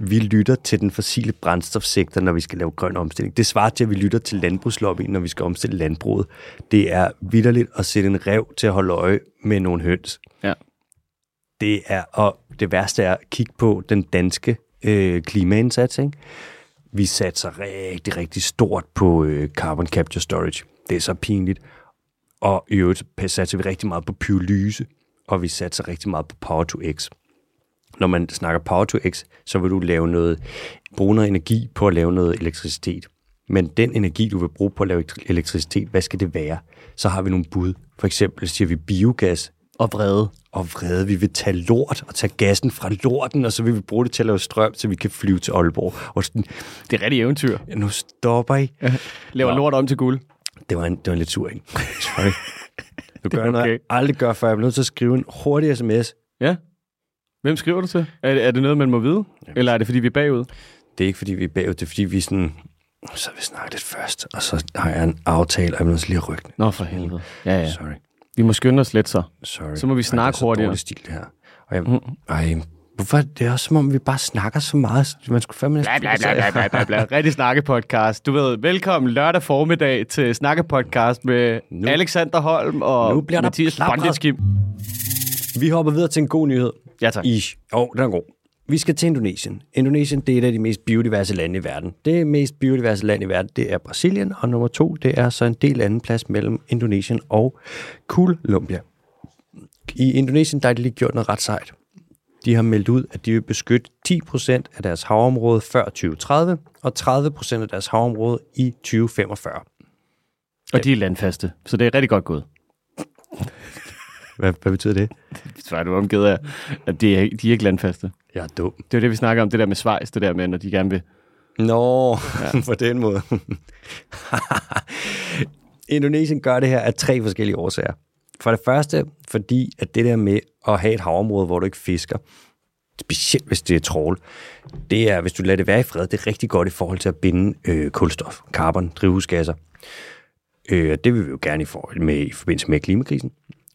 A: Vi lytter til den fossile brændstofsektor, når vi skal lave grøn omstilling. Det svarer til, at vi lytter til landbrugslobbyen, når vi skal omstille landbruget. Det er vidderligt at sætte en rev til at holde øje med nogle høns.
B: Ja.
A: Det er, og det værste er at kigge på den danske øh, klimaindsats. Ikke? Vi satser rigtig, rigtig stort på øh, carbon capture storage. Det er så pinligt. Og i øvrigt satser vi rigtig meget på pyrolyse, og vi satser rigtig meget på power to x. Når man snakker power to x, så vil du lave noget, bruge noget energi på at lave noget elektricitet. Men den energi, du vil bruge på at lave elektri- elektricitet, hvad skal det være? Så har vi nogle bud. For eksempel siger vi biogas,
B: Og vrede.
A: og vrede. Vi vil tage lort og tage gassen fra lorten, og så vil vi bruge det til at lave strøm, så vi kan flyve til Aalborg. Og sådan,
B: Det er rigtig eventyr.
A: nu stopper I.
B: Laver lort om til guld.
A: Det var en, det var en lidt sur en. Sorry. Du gør okay. noget,
B: okay.
A: jeg aldrig gør, før jeg bliver nødt til at skrive en hurtig sms.
B: Ja. Hvem skriver du til? Er, er det noget, man må vide? Eller er det, fordi vi er bagud?
A: Det er ikke, fordi vi er bagud, det er, fordi vi er sådan... Så har vi snakket lidt først, og så har jeg en aftale, og jeg bliver nødt til lige at rykke den.
B: Nå, for helvede. Ja, ja.
A: Sorry,
B: Vi må skynde os lidt så.
A: sorry.
B: Så må vi
A: ej,
B: snakke
A: det er så
B: hurtigere. Mm.
A: dårlig stil, det her. Og jeg, ej, hvorfor? Det er også som om, vi bare snakker så meget. Man skulle fandme...
B: Bla, bla, bla, bla, bla, bla, bla. Rigtig snakkepodcast. Du ved, velkommen lørdag formiddag til snakkepodcast med nu. Alexander Holm og
A: Nu bliver der
B: Mathias
A: plapret.
B: Bonditskim.
A: Vi hopper videre til en god nyhed.
B: Ja, tak.
A: I, jo, den er god. Vi skal til Indonesien. Indonesien, det er et af de mest biodiverse lande i verden. Det mest biodiverse land i verden, det er Brasilien, og nummer to, det er så en del anden plads mellem Indonesien og Colombia. I Indonesien, der er de lige gjort noget ret sejt. De har meldt ud, at de vil beskytte 10% af deres havområde før 2030, og 30% af deres havområde i 2045.
B: Og de er landfaste, så det er rigtig godt gået.
A: Hvad, hvad betyder det?
B: Så er du omgivet af, at de er, de er ikke landfaste.
A: Jeg er dum.
B: Det er jo det, vi snakker om, det der med Schweiz, det der med, når de gerne vil.
A: Nå, ja. på den måde. Indonesien gør det her af tre forskellige årsager. For det første, fordi at det der med at have et havområde, hvor du ikke fisker, specielt hvis det er trål, det er, hvis du lader det være i fred, det er rigtig godt i forhold til at binde øh, kulstof, carbon, drivhusgasser. Øh, og det vil vi jo gerne i, for, med, i forbindelse med klimakrisen.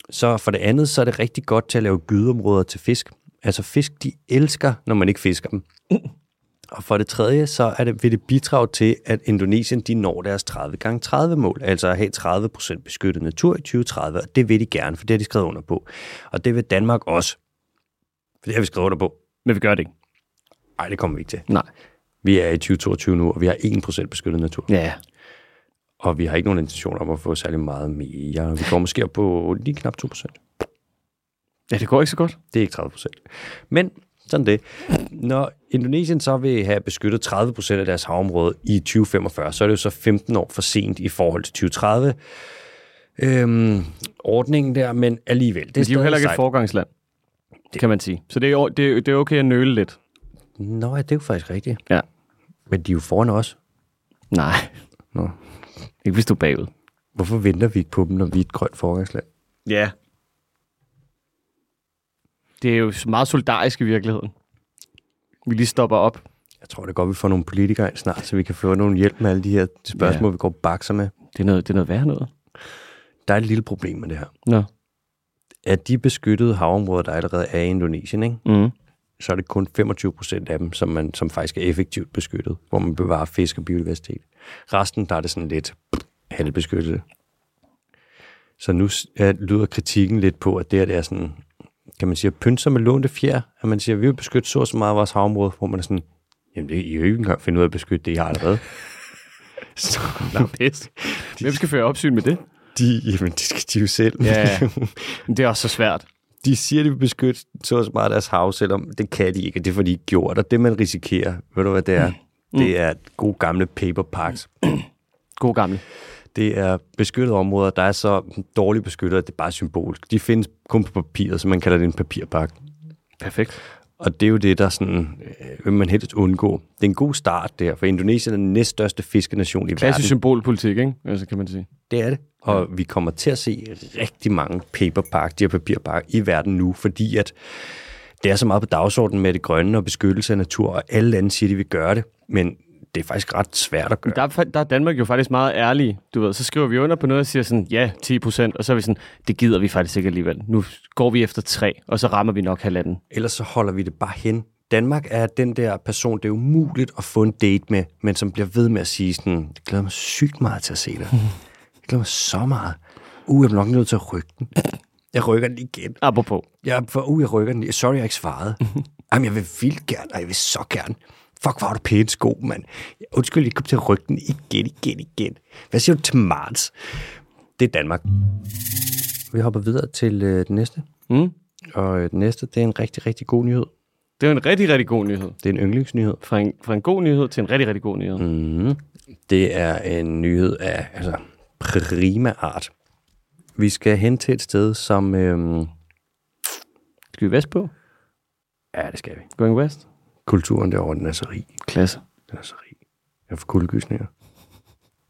A: Så for det andet, så er det rigtig godt til at lave gydeområder til fisk. Altså fisk, de elsker, når man ikke fisker dem. Og for det tredje, så er det, vil det bidrage til, at Indonesien de når deres 30 gange 30 mål, altså at have 30 beskyttet natur i 2030, og det vil de gerne, for det har de skrevet under på. Og det vil Danmark også, for det har vi skrevet under på.
B: Men vi gør det ikke.
A: Nej, det kommer vi ikke til.
B: Nej.
A: Vi er i 2022 nu, og vi har 1% beskyttet natur.
B: Ja.
A: Og vi har ikke nogen intention om at få særlig meget mere. Vi går måske op på lige knap 2%.
B: Ja, det går ikke så godt.
A: Det er ikke 30 procent. Men sådan det. Når Indonesien så vil have beskyttet 30 procent af deres havområde i 2045, så er det jo så 15 år for sent i forhold til 2030. Øhm, ordningen der, men alligevel. Det er,
B: Men de er jo
A: stadig
B: heller ikke et
A: sejt.
B: forgangsland, det. kan man sige. Så det er, o- det, er- det er okay at nøle lidt.
A: Nå, ja, det er jo faktisk rigtigt.
B: Ja.
A: Men de er jo foran os.
B: Nej.
A: Nå.
B: Ikke hvis du er bagud.
A: Hvorfor venter vi ikke på dem, når vi er et grønt forgangsland?
B: Ja. Det er jo meget solidarisk i virkeligheden. Vi lige stopper op.
A: Jeg tror det er godt, vi får nogle politikere ind snart, så vi kan få nogle hjælp med alle de her spørgsmål, ja. vi går og bakser med.
B: Det er noget, det er noget værre noget.
A: Der er et lille problem med det her.
B: Nå.
A: At de beskyttede havområder, der allerede er i Indonesien, ikke?
B: Mm.
A: så er det kun 25 procent af dem, som, man, som faktisk er effektivt beskyttet, hvor man bevarer fisk og biodiversitet. Resten, der er det sådan lidt pff, halvbeskyttelse. Så nu s- er, lyder kritikken lidt på, at det her det er sådan, kan man sige, at pynte sig med lånte fjer, at man siger, at vi vil beskytte så og så meget af vores havområde, hvor man er sådan, jamen det, I kan jo ikke engang finde ud af at beskytte det, I har allerede.
B: Så pis. Hvem skal føre opsyn med det?
A: De, jamen det skal de jo selv.
B: Ja. Men det er også så svært.
A: de siger, de vil beskytte så og så meget af deres hav, selvom det kan de ikke, og det får de ikke gjort. Og det, man risikerer, ved du hvad det er? Det er gode gamle paper parks.
B: God gammel.
A: Det er beskyttede områder, der er så dårligt beskyttet, at det er bare symbolsk. De findes kun på papiret, så man kalder det en papirpark.
B: Perfekt.
A: Og det er jo det, der sådan, øh, vil man helst undgå. Det er en god start der, for Indonesien er den næststørste fiskenation i
B: Klassisk
A: verden.
B: symbolpolitik, ikke? Altså, kan man sige.
A: Det er det. Og vi kommer til at se rigtig mange paperpark, de her papirpark i verden nu, fordi at det er så meget på dagsordenen med det grønne og beskyttelse af natur, og alle lande siger, de vil gøre det, men det er faktisk ret svært at gøre.
B: Der er, fa- der er Danmark jo faktisk meget ærlige, du ved. Så skriver vi under på noget og siger sådan, ja, 10 procent, og så er vi sådan, det gider vi faktisk ikke alligevel. Nu går vi efter tre, og så rammer vi nok halvanden.
A: Ellers så holder vi det bare hen. Danmark er den der person, det er umuligt at få en date med, men som bliver ved med at sige sådan, det glæder mig sygt meget til at se dig. Jeg glæder mig så meget. Uh, jeg bliver nok nødt til at rykke den. Jeg rykker den igen.
B: Apropos.
A: Jeg, for, uh, jeg rykker den. lige. Sorry, jeg har ikke svaret. Jamen, jeg vil vildt gerne, og jeg vil så gerne. Fuck, hvor har du pæne sko, mand. Jeg- Undskyld, jeg kom til at rykke den igen, igen, igen. Hvad siger du til marts? Det er Danmark. Vi hopper videre til øh, den næste.
B: Mm.
A: Og øh, den næste, det er en rigtig, rigtig god nyhed.
B: Det er jo en rigtig, rigtig god nyhed.
A: Det er en yndlingsnyhed.
B: Fra en, fra en god nyhed til en rigtig, rigtig god nyhed. Mm.
A: Mm. Det er en nyhed af altså, prima art. Vi skal hen til et sted, som... Øhm,
B: Skal vi vest på?
A: ja, det skal vi.
B: Going west?
A: Kulturen derovre, den er så rig.
B: Klasse.
A: Den er så rig. Jeg får kuldegysninger.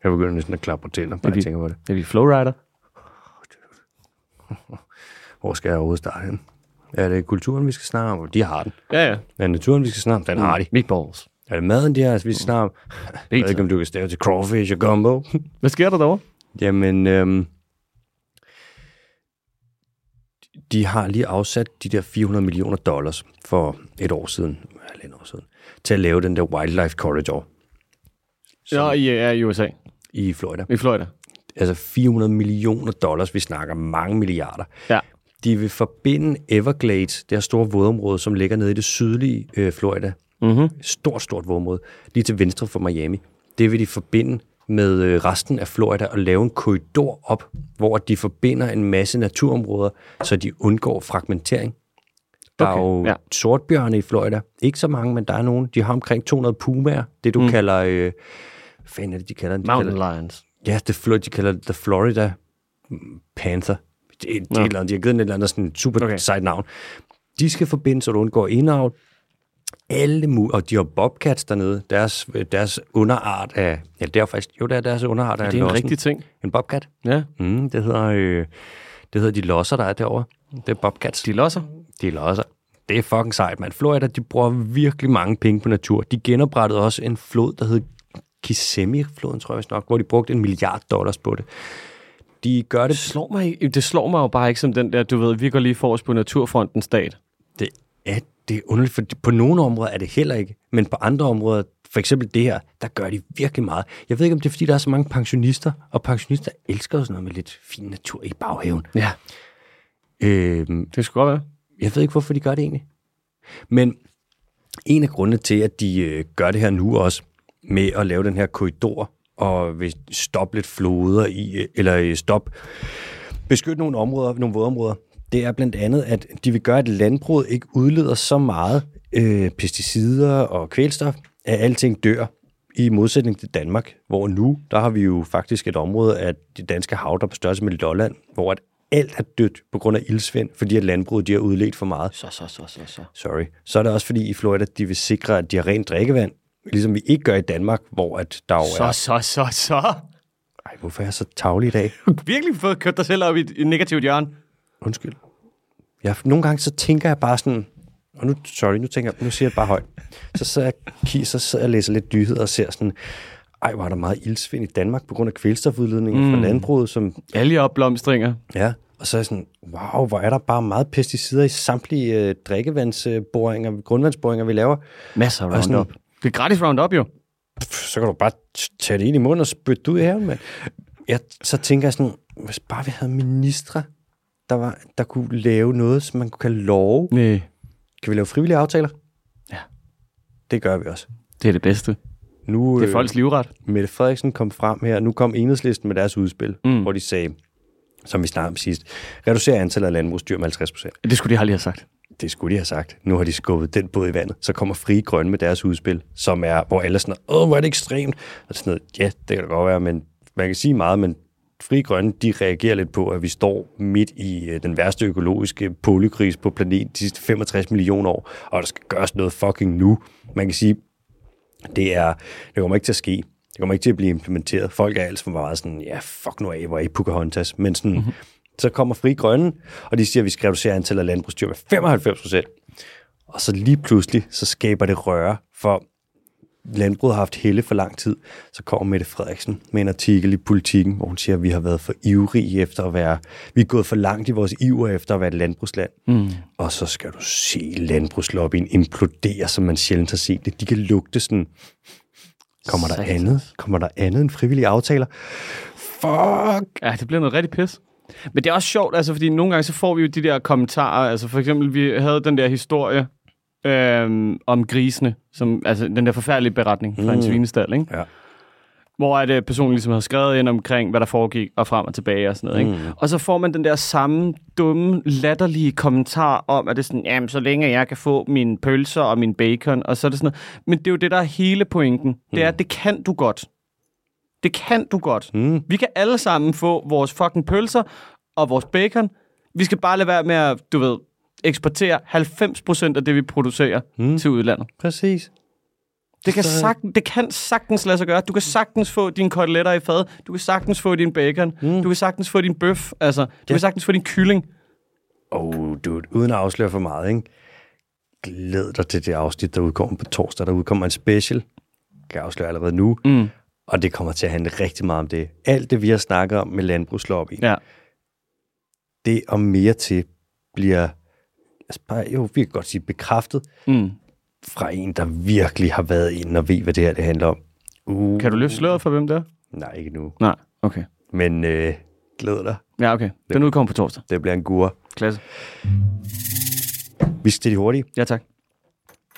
A: Jeg begynder næsten at klappe på tænder, bare
B: Det er
A: jeg tænker på det.
B: Er vi flowrider?
A: Hvor skal jeg overhovedet starte hen? Er det kulturen, vi skal snakke om? De har den.
B: Ja, ja.
A: Er det naturen, vi skal snakke om? Den har de.
B: Meatballs.
A: Er det maden, de har? Vi skal snakke om... Jeg ved ikke, om du kan stave til crawfish og gumbo.
B: Hvad sker der derovre?
A: Jamen, øhm, de har lige afsat de der 400 millioner dollars for et år siden, eller et år siden, til at lave den der Wildlife Corridor
B: Ja, i, ja, i USA.
A: i Florida.
B: I Florida.
A: Altså 400 millioner dollars, vi snakker mange milliarder.
B: Ja.
A: De vil forbinde Everglades, det her store vådområde, som ligger nede i det sydlige øh, Florida. Mm-hmm. Stort, stort vådområde. Lige til venstre for Miami. Det vil de forbinde med øh, resten af Florida og lave en korridor op, hvor de forbinder en masse naturområder, så de undgår fragmentering. Der okay, er jo
B: ja.
A: ja. sortbjørne i Florida. Ikke så mange, men der er nogen. De har omkring 200 pumaer. Det du mm. kalder... Øh, hvad fanden er det, de kalder den? De kalder,
B: Mountain lions.
A: Ja, det Florida, de kalder det The Florida Panther. Det, er- det er et eller andet, de har givet den et eller andet sådan super
B: Okay.
A: okay. sejt navn. De skal forbinde, så du undgår indavl. Alle mu- og de har bobcats dernede. Deres, deres underart af... Ja, det er faktisk... Jo, det er deres underart af
B: Det er en
A: lossen.
B: rigtig ting.
A: En bobcat.
B: Ja.
A: Mm, det hedder... Øh, det hedder de losser, der er derovre. Det er bobcats.
B: De losser.
A: De er losser. Det er fucking sejt, mand. Florida, de bruger virkelig mange penge på natur. De genoprettede også en flod, der hed Kissimmee-floden, tror jeg vist nok, hvor de brugte en milliard dollars på det. De gør
B: Det
A: det...
B: slår, mig, ikke- det slår mig jo bare ikke som den der, du ved, vi går lige forrest på Naturfrontens stat.
A: Det er, det er underligt, for på nogle områder er det heller ikke, men på andre områder, for eksempel det her, der gør de virkelig meget. Jeg ved ikke, om det er, fordi der er så mange pensionister, og pensionister elsker jo sådan noget med lidt fin natur i baghaven.
B: Ja.
A: Øhm,
B: Det skulle godt være.
A: Jeg ved ikke, hvorfor de gør det egentlig. Men en af grundene til, at de øh, gør det her nu også, med at lave den her korridor, og vil stoppe lidt floder i, øh, eller øh, stoppe, beskytte nogle områder, nogle vådområder, det er blandt andet, at de vil gøre, at landbruget ikke udleder så meget øh, pesticider og kvælstof, at alting dør, i modsætning til Danmark, hvor nu, der har vi jo faktisk et område af det danske hav, der er på størrelse med Lolland, hvor at alt er dødt på grund af ildsvind, fordi at landbruget de har udledt for meget.
B: Så, så, så, så, så.
A: Sorry. Så er det også fordi i Florida, de vil sikre, at de har rent drikkevand, ligesom vi ikke gør i Danmark, hvor at der jo
B: Så,
A: er...
B: så, så, så.
A: Ej, hvorfor er jeg så tavlig i dag?
B: Du har virkelig fået kørt dig selv op i et et negativt hjørne.
A: Undskyld. Jeg, nogle gange så tænker jeg bare sådan... Og nu, sorry, nu tænker jeg, nu siger jeg det bare højt. Så sidder jeg, ki- så sidder jeg og læser lidt nyheder og ser sådan... Ej, hvor er der meget ildsvind i Danmark på grund af kvælstofudledninger mm. fra landbruget, som
B: Alle opblomstringer.
A: Ja, og så er jeg sådan, wow, hvor er der bare meget pesticider i samtlige øh, drikkevandsboringer, grundvandsboringer, vi laver.
B: Masser af
A: Og sådan-
B: Roundup. Det er gratis Roundup, jo.
A: Pff, så kan du bare t- tage det ind i munden og spytte det ud i haven, mand. Jeg, så tænker jeg sådan, hvis bare vi havde ministre, der, var, der kunne lave noget, som man kunne love.
B: Nej.
A: Kan vi lave frivillige aftaler?
B: Ja.
A: Det gør vi også.
B: Det er det bedste.
A: Nu, øh,
B: Det er folks livret.
A: Mette Frederiksen kom frem her, nu kom enhedslisten med deres udspil,
B: Mm.
A: mm. hvor de sagde, som vi snakkede om sidst, reducere antallet af landbrugsdyr med 50 procent.
B: Det skulle de aldrig have sagt.
A: det skulle de have sagt. Nu har de skubbet den båd i vandet. Så kommer Frie Grønne med deres udspil, som er, hvor alle er sådan, åh, hvor er det ekstremt. Og sådan noget, ja, det kan da godt være, men man kan sige meget, men Frie Grønne, de reagerer lidt på, at vi står midt i øh, den værste økologiske polykris på planeten de sidste 65 millioner år, og der skal gøres noget fucking nu. Man kan sige, det, er, det kommer ikke til at ske. Det kommer ikke til at blive implementeret. Folk er alt for meget sådan, ja, fuck nu af, hvor er I Pocahontas? Men sådan, mm-hmm. så kommer Fri Grønne, og de siger, at vi skal reducere antallet af landbrugsdyr med 95 procent. Og så lige pludselig, så skaber det røre, for landbruget har haft helle for lang tid. Så kommer Mette Frederiksen med en artikel i Politiken, hvor hun siger, at vi har været for ivrige efter at være, vi er gået for langt i vores iver efter at være et landbrugsland. Mm. Og så skal du se landbrugslobbyen implodere, som man sjældent har set det. De kan lugte sådan, kommer der
B: Satans.
A: andet? Kommer der andet end frivillige aftaler? Fuck!
B: Ja, det bliver noget rigtig pis. Men det er også sjovt, altså, fordi nogle gange så får vi jo de der kommentarer. Altså for eksempel, vi havde den der historie øhm, om grisene. Som, altså den der forfærdelige beretning fra mm. en svinestald, ikke?
A: Ja.
B: Hvor at, øh, personen ligesom havde skrevet ind omkring, hvad der foregik, og frem og tilbage og sådan noget. Ikke? Mm. Og så får man den der samme dumme, latterlige kommentar om, at det er sådan, jamen så længe jeg kan få mine pølser og min bacon, og så er det sådan noget. Men det er jo det, der er hele pointen. Det er, at det kan du godt. Det kan du godt. Mm. Vi kan alle sammen få vores fucking pølser og vores bacon. Vi skal bare lade være med at, du ved, eksportere 90% af det, vi producerer mm. til udlandet.
A: Præcis.
B: Det kan,
A: Så-
B: sagtens, det kan sagtens lade sig gøre. Du kan sagtens få dine koteletter i fad. Du kan sagtens få din bacon. Mm. Du kan sagtens få din bøf. Altså, du kan sagtens få din kylling.
A: Oh, dude, uden at afsløre for meget, ikke? Glæd dig til det afsnit, der udkommer på torsdag. Der udkommer en special, kan jeg afsløre allerede nu. Mm. Og det kommer til at handle rigtig meget om det. Alt det, vi har snakket om med landbrugslobbyen, ja.
B: Ja.
A: det og mere til bliver, altså bare, jo, vi kan godt sige bekræftet,
B: Mm.
A: fra en, der virkelig har været inde og ved, hvad det her det handler om. Uh,
B: Kan du løfte sløret for, hvem det er?
A: nej, ikke nu.
B: Nej, okay.
A: Men øh, glæd dig.
B: Ja, okay. Den udkommer på torsdag.
A: Det bliver en gur.
B: Klasse.
A: Vi skal til de hurtige.
B: Ja, tak.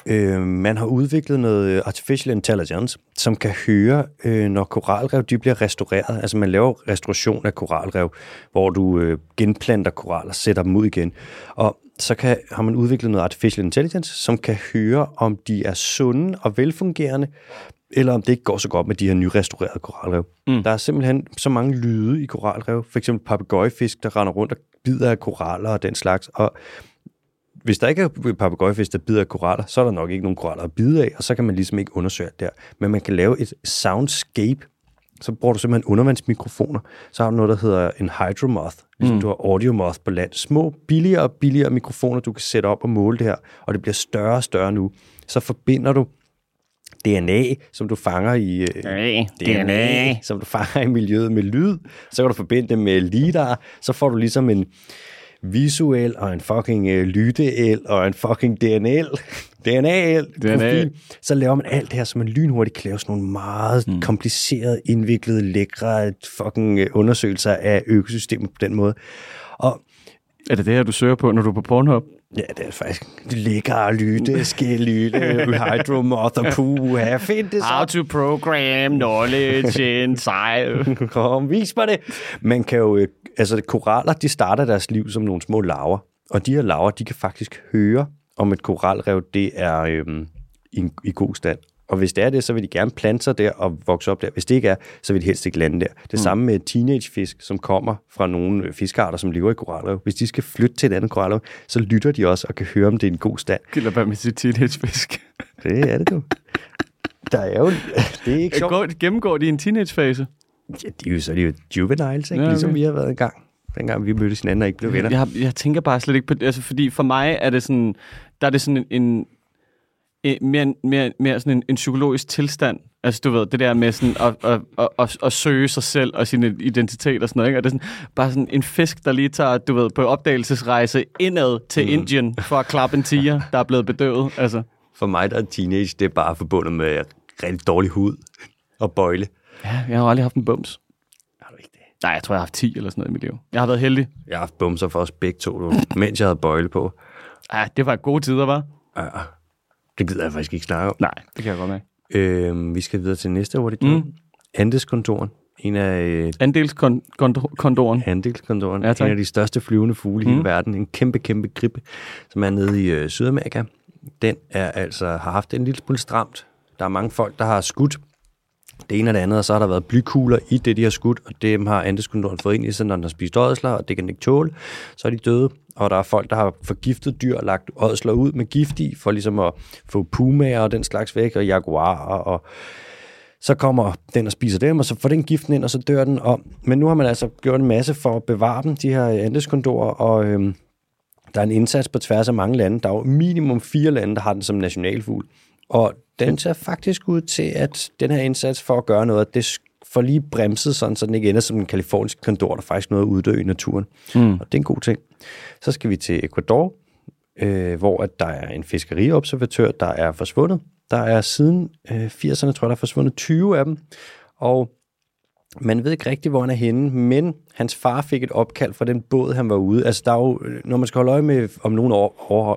A: Øh, man har udviklet noget øh, artificial intelligence, som kan høre, øh, når koralrev de bliver restaureret. Altså man laver restauration af koralrev, hvor du øh, genplanter koraller, sætter dem ud igen. Og så kan, har man udviklet noget artificial intelligence, som kan høre, om de er sunde og velfungerende, eller om det ikke går så godt med de her nyrestaurerede koralrev. Mm. Der er simpelthen så mange lyde i koralrev, for eksempel papegøjefisk, der render rundt og bider af koraller og den slags. Og hvis der ikke er papegøjefisk, der bider af koraller, så er der nok ikke nogen koraller at bide af, og så kan man ligesom ikke undersøge det der. Men man kan lave et soundscape så bruger du simpelthen undervandsmikrofoner. Så har du noget, der hedder en hydromoth, ligesom mm. du har audiomoth på land. Små, billigere og billigere mikrofoner, du kan sætte op og måle det her, og det bliver større og større nu. Så forbinder du DNA, som du fanger i øh, DNA, som du fanger i miljøet med lyd, så kan du forbinde det med lidar, så får du ligesom en visuel og en fucking øh, lyteel og en fucking DNL, DNAL,
B: DNA.
A: profil, så laver man alt det her, så man lynhurtigt kan lave sådan nogle meget mm. komplicerede, indviklede, lækre fucking øh, undersøgelser af økosystemet på den måde. Og
B: Er det det her, du søger på, når du er på Pornhub?
A: Ja, det er faktisk lækker lytte, skal lytte, hydromoth og puha, find det så.
B: to program knowledge in science.
A: Kom, vis mig det. Man kan jo, øh, altså koraller, de starter deres liv som nogle små laver, og de her laver, de kan faktisk høre, om et koralrev, det er øhm, i, en- i god stand. Og hvis det er det, så vil de gerne plante sig der og vokse op der. Hvis det ikke er, så vil de helst ikke lande der. Det samme med teenagefisk, som kommer fra nogle øh, fiskearter, som lever i koralrev. Hvis de skal flytte til et andet koralrev, så lytter de også og kan høre, om det er en god stand.
B: Gilder bare med sit teenagefisk.
A: Det er det, du. Der er jo... Det er ikke sjovt.
B: Går, gennemgår de en teenagefase?
A: Ja, de er jo så de er jo juveniles, ikke?
B: Ja,
A: Ja,
B: okay.
A: ligesom vi har været i gang. Dengang vi mødtes hinanden og ikke blev venner.
B: Jeg, har- jeg tænker bare slet ikke på det. Altså, fordi for mig er det sådan, der er det sådan en, en en- mere, mere, mere sådan en, en psykologisk tilstand. Altså, du ved, det der med sådan at, at, at, at, at søge sig selv og sin identitet og sådan noget, ikke? Og det er sådan, bare sådan en fisk, der lige tager, du ved, på opdagelsesrejse indad til mm. Indien for at klappe en tiger, der er blevet bedøvet. Altså,
A: For mig, der er teenage, det er bare forbundet med rigtig dårlig hud og bøjle.
B: ja, jeg har jo aldrig haft en bums.
A: Har du ikke det?
B: Nej, jeg tror, jeg har haft 10 eller sådan noget i mit liv. Jeg har været heldig.
A: Jeg har haft bumser for os begge to, du, mens jeg havde bøjle på.
B: Ja, det var gode tider, var.
A: Ja, det gider jeg faktisk ikke snakke om.
B: Nej, det kan jeg godt mærke.
A: Øhm, vi skal videre til næste hurtigt. Mm. Andeskontoren. En af øh,
B: Andelskondoren.
A: Handelskontoren,
B: Ja,
A: ja,
B: tak.
A: en
B: Mm.
A: af de største flyvende fugle i hele verden, en kæmpe, kæmpe gribe, som er nede i øh, Sydamerika. Den er altså, har haft en lille smule stramt. Der er mange folk, der har skudt det ene og det andet, og så har der været blykugler i det, de har skudt, og dem har Andeskontoren fået ind i sig, når den har spist ådsler, og det kan den ikke tåle. Så er de døde, og der er folk, der har forgiftet dyr og lagt ådsler ud med gift i, for ligesom at få pumaer og den slags væk, og jaguarer og så kommer den og spiser dem, og så får den giften ind, og så dør den om. Men nu har man altså gjort en masse for at bevare dem, de her andeskondorer, og øhm, der er en indsats på tværs af mange lande. Der er jo minimum fire lande, der har den som nationalfugl. Og den ser faktisk ud til, at den her indsats for at gøre noget, det sk- får lige bremset sådan, så den ikke ender som en kalifornisk kondor, der faktisk nåede at uddø i naturen. Mm. Og det er en god ting. Så skal vi til Ecuador, øh, hvor at der er en fiskeriobservatør, der er forsvundet. Der er siden øh, 80'erne, tror jeg, der er forsvundet 20 af dem. Og man ved ikke rigtigt, hvor han er henne, men hans far fik et opkald fra den båd, han var ude. Altså, der er jo, øh, når man skal holde øje med, om nogen over, over,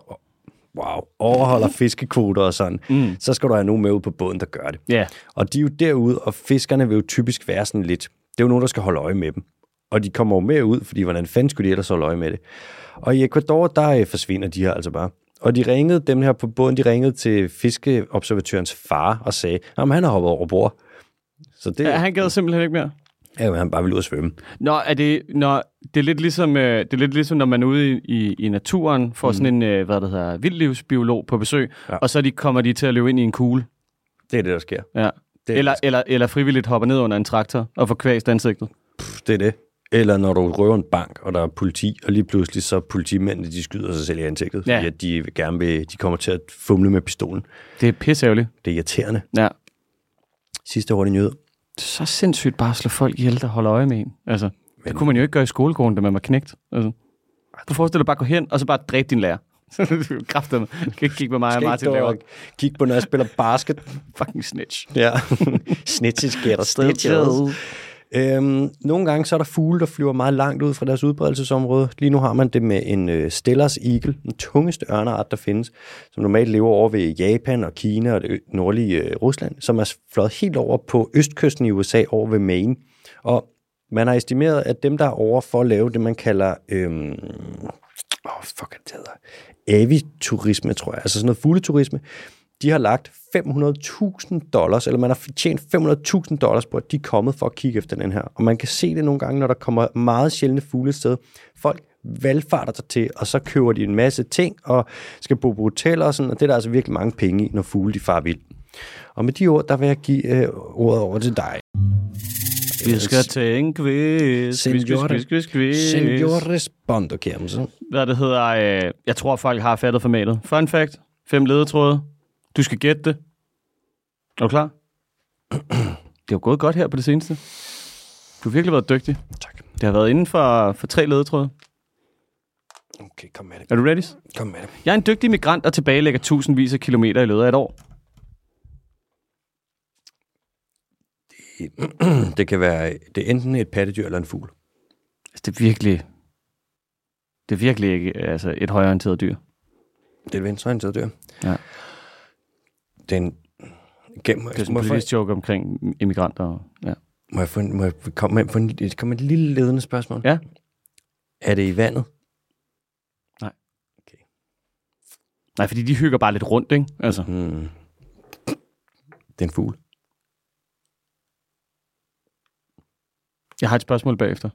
A: wow, overholder fiskekvoter og sådan, mm. så skal du have nogen med ud på båden, der gør det.
B: Ja.
A: Og de er jo derude, og fiskerne vil jo typisk være sådan lidt, det er jo nogen, der skal holde øje med dem. Og de kommer jo med ud, fordi hvordan fanden skulle de ellers holde øje med det? Og i Ecuador, der øh, forsvinder de her altså bare. Og de ringede, dem her på båden, de ringede til fiskeobservatørens far og sagde, at han har hoppet over bord. Så det
B: Ja,
A: er
B: han gad simpelthen ikke mere.
A: jo, han bare ville ud at svømme.
B: Nå, er det, nå, det, er lidt ligesom, øh, det er lidt ligesom, når man er ude i, i, i naturen, får mm. sådan en, øh, hvad det hedder, vildlivsbiolog på besøg, ja. og så de, kommer de til at løbe ind i en kugle.
A: Det er det, der sker.
B: Ja.
A: Det er-
B: Eller, eller, eller frivilligt hopper ned under en traktor og får kvæst ansigtet.
A: Pff, det er det. Eller når du røver en bank, og der er politi, og lige pludselig så politimændene, de skyder sig selv i ansigtet,
B: Ja.
A: ja. fordi at de vil gerne vil, de kommer til at fumle med pistolen.
B: Det er pisseærgerligt.
A: Det er irriterende.
B: Ja.
A: Sidste hurtige nyhed.
B: Så sindssygt bare at slå folk ihjel, der holder øje med en. Altså, Men... Det kunne man jo ikke gøre i skolegården, da man var knægt. Altså. Du forestiller dig bare at gå hen, og så bare dræbe din lærer. Kræfter mig. Kan ikke kigge på mig og
A: Skal
B: Martin laver.
A: kigge på, når jeg spiller basket.
B: Fucking snitch.
A: Ja. Snitches getter Øhm, nogle gange så er der fugle, der flyver meget langt ud fra deres udbredelsesområde. Lige nu har man det med en øh, Stellers eagle, den tungeste ørneart, der findes, som normalt lever over ved Japan og Kina og det ø- nordlige øh, Rusland, som er fløjet helt over på østkysten i USA over ved Maine. Og man har estimeret, at dem, der er over for at lave det, man kalder... Øhm, oh, fuck, hvad det hedder. Aviturisme, tror jeg. Altså sådan noget fugleturisme. De har lagt 500.000 dollars, eller man har tjent 500.000 dollars på, at de er kommet for at kigge efter den her. Og man kan se det nogle gange, når der kommer meget sjældne fugle et sted. Folk valgfarter sig til, og så køber de en masse ting, og skal bo på hoteller og sådan, og det er der altså virkelig mange penge i, når fugle de far vild. Og med de ord, der vil jeg give øh, ordet over til dig.
B: Vi skal til en quiz. Quiz, quiz,
A: Senor-
B: quiz, quiz, quiz.
A: Senor Respondo, Kjermsen.
B: Hvad det hedder, øh, jeg tror folk har fattet formatet. Fun fact, fem ledetråde. Du skal gætte det. Er du klar? Det har gået godt her på det seneste. Du har virkelig været dygtig.
A: Tak.
B: Det har været inden for, for tre ledetråde.
A: Okay, kom med det.
B: Er du ready?
A: Kom med det.
B: Jeg er en dygtig migrant, der tilbagelægger tusindvis af kilometer i løbet af et år.
A: Hmm, Det kan være det er enten et pattedyr eller en fugl.
B: Altså, det er virkelig... Det er virkelig ikke altså, et højorienteret dyr.
A: Det er et venstreorienteret dyr.
B: Ja.
A: Det er en... Gennem,
B: Det er sådan
A: må,
B: en
A: jeg få,
B: politisk joke omkring immigranter. og- Ja.
A: må jeg få en... Må jeg komme med, få en, komme med et lille ledende spørgsmål?
B: Ja.
A: Er det i vandet?
B: Nej, fordi de hygger bare lidt rundt, ikke? Altså,
A: Hmm. Det er en fugl.
B: jeg har et spørgsmål bagefter.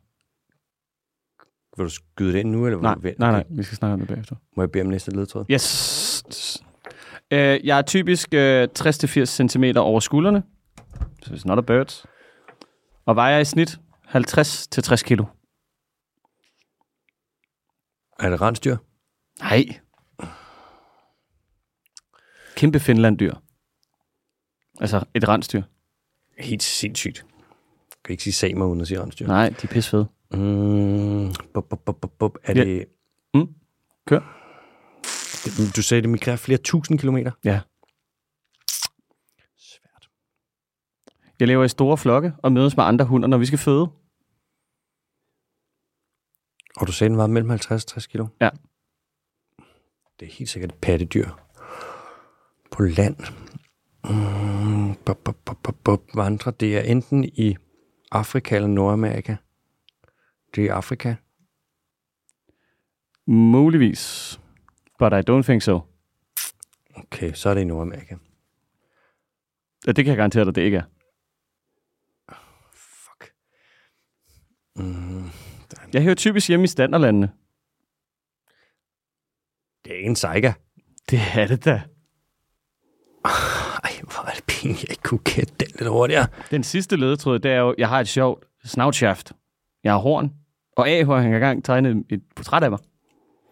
A: Vil du skyde det ind nu, eller vil
B: Nej,
A: du vente?
B: nej, nej, vi skal snakke om det bagefter.
A: Må jeg bede om næste ledtråd?
B: Yes. Øh, jeg er typisk øh, 60-80 cm over skuldrene. Så it's not a bird. Og vejer i snit 50-60 kilo.
A: Er det rensdyr?
B: Nej. Kæmpe finlanddyr. Altså et rensdyr.
A: Helt sindssygt. Jeg kan ikke sige samer, uden at sige rensdyr.
B: Nej, de er pissfede.
A: Mm, bup, bup, bup, bup, bup. Er
B: Ja.
A: det...
B: Mm. Kør.
A: Du sagde, det migrerer flere tusind kilometer.
B: Ja.
A: Svært.
B: Jeg lever i store flokke og mødes med andre hunder, når vi skal føde.
A: Og du sagde, den var mellem 50 og 60 kilo?
B: Ja.
A: Det er helt sikkert et pattedyr. På land. Mm, bup, bup, bup, bup, bup. Vandre. Det er enten i Afrika eller Nordamerika. Det er i Afrika.
B: Muligvis. But I don't think so.
A: Okay, så er det i Nordamerika.
B: Ja, det kan jeg garantere dig, det ikke er.
A: Fuck. Mm,
B: Jeg hører typisk hjemme i standerlandene.
A: det er en saiga.
B: Det er det da.
A: Ej, hvor er det pinligt, jeg ikke kunne gætte den lidt hurtigere.
B: Den sidste ledetråd, det er jo, jeg har et sjovt snavshaft. Jeg har horn. Og AH har engang tegnet et portræt af mig.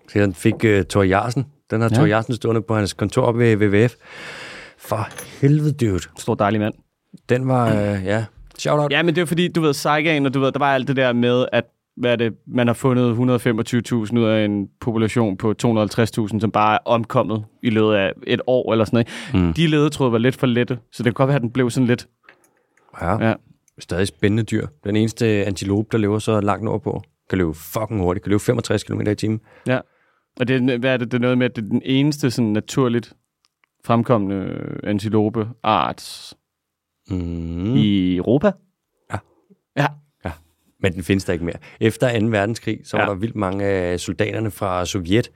A: Så den fik uh, Thor Jarsen. Den har
B: Ja.
A: ja. Thor Jarsen stående på hans kontor op ved WWF. For helvede, dude.
B: Stor dejlig mand.
A: Den var, uh, ja, shout out. Ja.
B: Ja, men det er fordi, du ved, Saigan, og du ved, der var alt det der med, at hvad er det, man har fundet 125.000 ud af en population på 250.000, som bare er omkommet i løbet af et år eller sådan noget. Mm. De ledetråde var lidt for lette, så det kan godt være, at den blev sådan lidt...
A: ja.
B: Ja.
A: Stadig spændende dyr. Den eneste antilope, der lever så langt nordpå, kan løbe fucking hurtigt. Kan løbe 65 km i timen.
B: ja. Og det, er- hvad er det, det er noget med, at det er den eneste sådan naturligt fremkommende antilope-art
A: Mm.
B: mm. i Europa.
A: Ja.
B: Ja,
A: Men den findes der ikke mere. Efter 2. verdenskrig, så
B: Ja.
A: var der vildt mange af soldaterne fra Sovjet,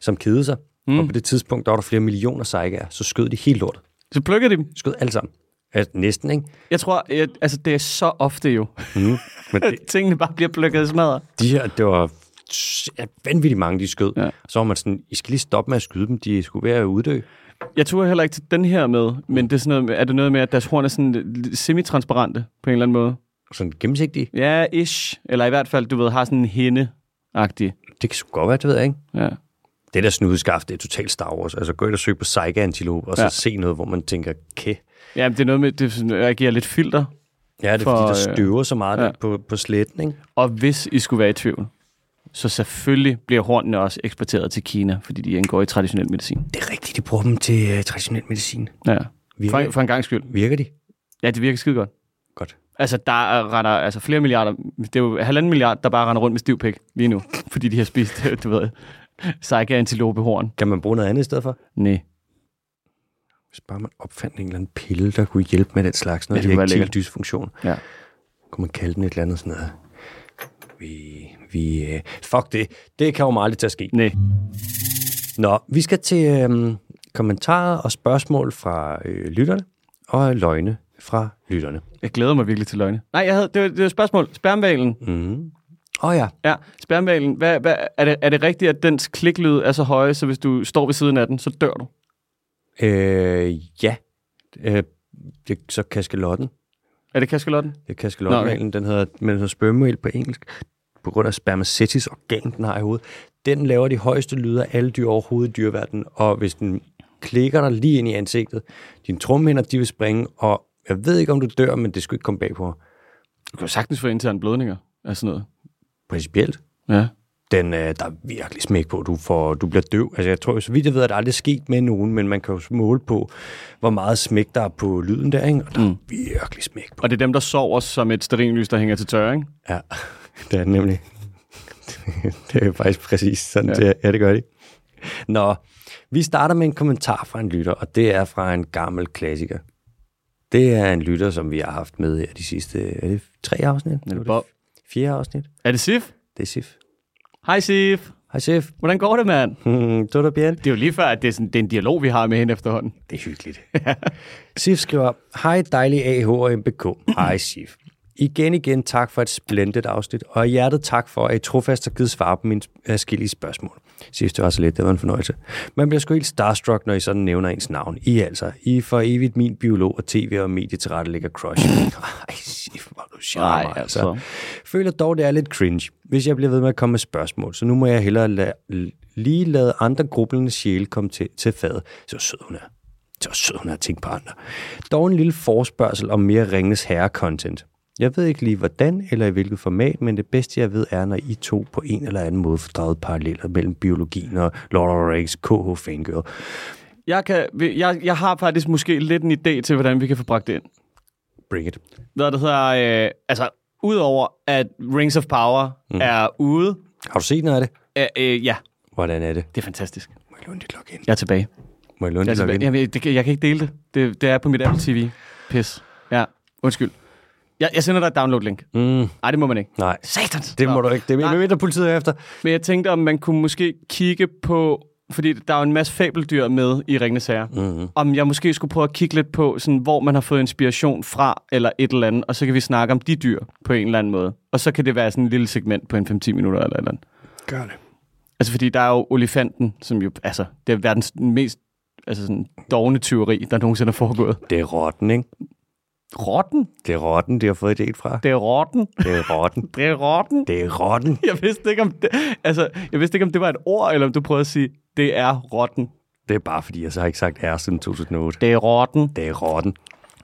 A: som kedede sig. Mm. Og på det tidspunkt, der var der flere millioner saigaer. Så skød de helt lortet.
B: så plukker de dem.
A: Skød alle sammen. Altså, næsten, ikke?
B: Jeg tror, jeg, altså det er så ofte jo,
A: Mm. Men
B: at
A: det,
B: tingene bare bliver plukket i smadret.
A: de her, det var ja, vanvittigt mange, de skød.
B: Ja.
A: Ja. Så var man sådan, I skal lige stoppe med at skyde dem. De skulle være at uddø.
B: Jeg tror heller ikke til den her med, men det er, sådan noget, med- er det noget med, at deres horn er sådan lidt semitransparente på en eller anden måde?
A: Sådan gennemsigtige.
B: Ja, ish. Eller i hvert fald, du ved, har sådan en hende-agtig.
A: Det kan sgu godt være, det ved jeg ikke.
B: Ja.
A: Det der snudeskaft, det er totalt Star Wars. Altså gå ind og søg på Saiga-antilope, og så
B: Ja.
A: ja. se noget, hvor man tænker, kæ.
B: ja, men det er noget med, det er sådan, at jeg giver lidt filter.
A: Ja, det er
B: For,
A: For, fordi,
B: øh,
A: der støver så meget
B: ja.
A: ja. på, på sletten, ikke?
B: Og hvis I skulle være i tvivl, så selvfølgelig bliver hornene også eksporteret til Kina, fordi de indgår i traditionel medicin.
A: Det er rigtigt, de bruger dem til uh, traditionel medicin.
B: Ja. For,
A: Virker,
B: for en gang skyld.
A: virker de?
B: Ja, det virker skide godt.
A: Godt.
B: Altså, der er- render altså, flere milliarder, det er jo halvanden milliard, der bare render rundt med stiv pik lige nu, fordi de har spist, du ved, sejke antilopehorn.
A: Kan man bruge noget andet i stedet for?
B: Nej.
A: Hvis bare man opfandt en eller anden pille, der kunne hjælpe med den slags, når ja,
B: Ja, det
A: det
B: kunne være
A: erektil
B: lækkert.
A: dysfunktion,
B: Ja.
A: kunne man kalde den et eller andet sådan noget. Vi, vi, øh, fuck det. Det kan jo aldrig til at ske.
B: Nej.
A: Nå, vi skal til øhm, kommentarer og spørgsmål fra øh, lytterne, og løgne fra lytterne.
B: Jeg glæder mig virkelig til løgne. Nej, jeg havde, det var, det var et spørgsmål. Spermvalen.
A: Mm. Åh oh, ja,
B: Ja, spermvalen. Hvad, hvad, er, det, er det rigtigt, at dens kliklyd er så høje, så hvis du står ved siden af den, så dør du?
A: øh, ja. Øh, det, så kaskelotten
B: Er det kaskelotten?
A: Det er kaskelotmalen, den hedder, men den hedder spermale på engelsk, på grund af spermacetis organ, den har i hovedet. Den laver de højeste lyde af alle dyr overhovedet i dyreverdenen, og hvis den klikker dig lige ind i ansigtet, dine trumhinder, de vil springe, og jeg ved ikke, om du dør, men det skal ikke komme bag på mig.
B: Du kan jo sagtens få interne blødninger af sådan noget.
A: Principielt,
B: Ja.
A: den, øh, der er virkelig smæk på, du, får, du bliver døv. Altså, jeg tror, så vidt jeg ved, at det aldrig er sket med nogen, men man kan jo måle på, hvor meget smæk der er på lyden der, ikke? og der mm. er virkelig smæk på.
B: Og det er dem, der sover som et sterinlys, der hænger til tørre, ikke?
A: Ja, det er det nemlig. det er faktisk præcis sådan, ja. det, er. ja, det gør de. Nå, vi starter med en kommentar fra en lytter, og det er fra en gammel klassiker. Det er en lytter, som vi har haft med her de sidste, er det tre afsnit? Nu Er det
B: Bob.
A: f- Fjerde afsnit?
B: Er det Sif?
A: Det er Sif.
B: Hej Sif.
A: Hej Sif.
B: Hvordan går det, mand?
A: Hmm, du er der, Bjørn.
B: Det er jo lige før, at det er, sådan, det er en dialog, vi har med hende efterhånden.
A: Det er hyggeligt. Sif skriver, Hej dejlig AH og MBK. Hej Sif. Igen igen tak for et splendid afsnit, og af hjertet tak for, at I trofast har givet svar på mine forskellige spørgsmål. Sidst det var så lidt, det var en fornøjelse. Man bliver sgu helt starstruck, når I sådan nævner ens navn. I er altså. I er for evigt min biolog og tv- og medietilrettelægger crush. Ej, Sif, hvor er du charmer, altså.
B: Ej, altså.
A: altså. Føler dog, det er lidt cringe, hvis jeg bliver ved med at komme med spørgsmål, så nu må jeg hellere lade, lige lade andre grublende sjæle komme til, til fadet. Så sød hun er. Så sød hun er at tænke på andre. Dog en lille forspørgsel om mere Ringnes Herre-content. Jeg ved ikke lige hvordan eller i hvilket format, men det bedste jeg ved er, når I to på en eller anden måde får draget paralleller mellem biologien og Lord of the Rings KH Fangirl.
B: Jeg, kan, jeg, jeg har faktisk måske lidt en idé til, hvordan vi kan få bragt det ind.
A: Bring it.
B: Hvad det hedder, øh, altså, udover at Rings of Power mm. er ude,
A: Har du set noget af det?
B: øh, øh, ja,
A: Hvordan er det?
B: det er fantastisk.
A: Må jeg låne dit login?
B: Jeg er tilbage.
A: Må jeg låne
B: Jeg, er
A: dit
B: tilbage.
A: login?
B: Jamen, det, kan- jeg kan ikke dele det. det. Det er på mit Apple TV. Pis. Ja, undskyld. Jeg, jeg sender dig et download-link.
A: Mm,
B: Nej, det må man ikke.
A: nej,
B: Satans!
A: det må du ikke. Det
B: Nej.
A: er mindre politiet er efter.
B: Men jeg tænkte, om man kunne måske kigge på, fordi der er jo en masse fabeldyr med i Ringnes Herre, mm-hmm. om jeg måske skulle prøve at kigge lidt på, sådan, hvor man har fået inspiration fra, eller et eller andet, og så kan vi snakke om de dyr på en eller anden måde. Og så kan det være sådan en lille segment på en 5-10 minutter eller et eller andet.
A: Gør det.
B: Altså, fordi der er jo olifanten, som jo, altså, det er verdens mest altså sådan dogne tyveri, der nogensinde er foregået.
A: Det er rotten, ikke?
B: Rotten?
A: Det er rotten, de har fået idéen fra.
B: Det er rotten.
A: Det er rotten.
B: Det er rotten.
A: Det er rotten.
B: Jeg vidste ikke, om det, altså, jeg vidste ikke, om det var et ord, eller om du prøvede at sige, det er rotten.
A: Det er bare fordi, jeg så har ikke sagt R siden 2008.
B: Det er rotten.
A: Det er rotten.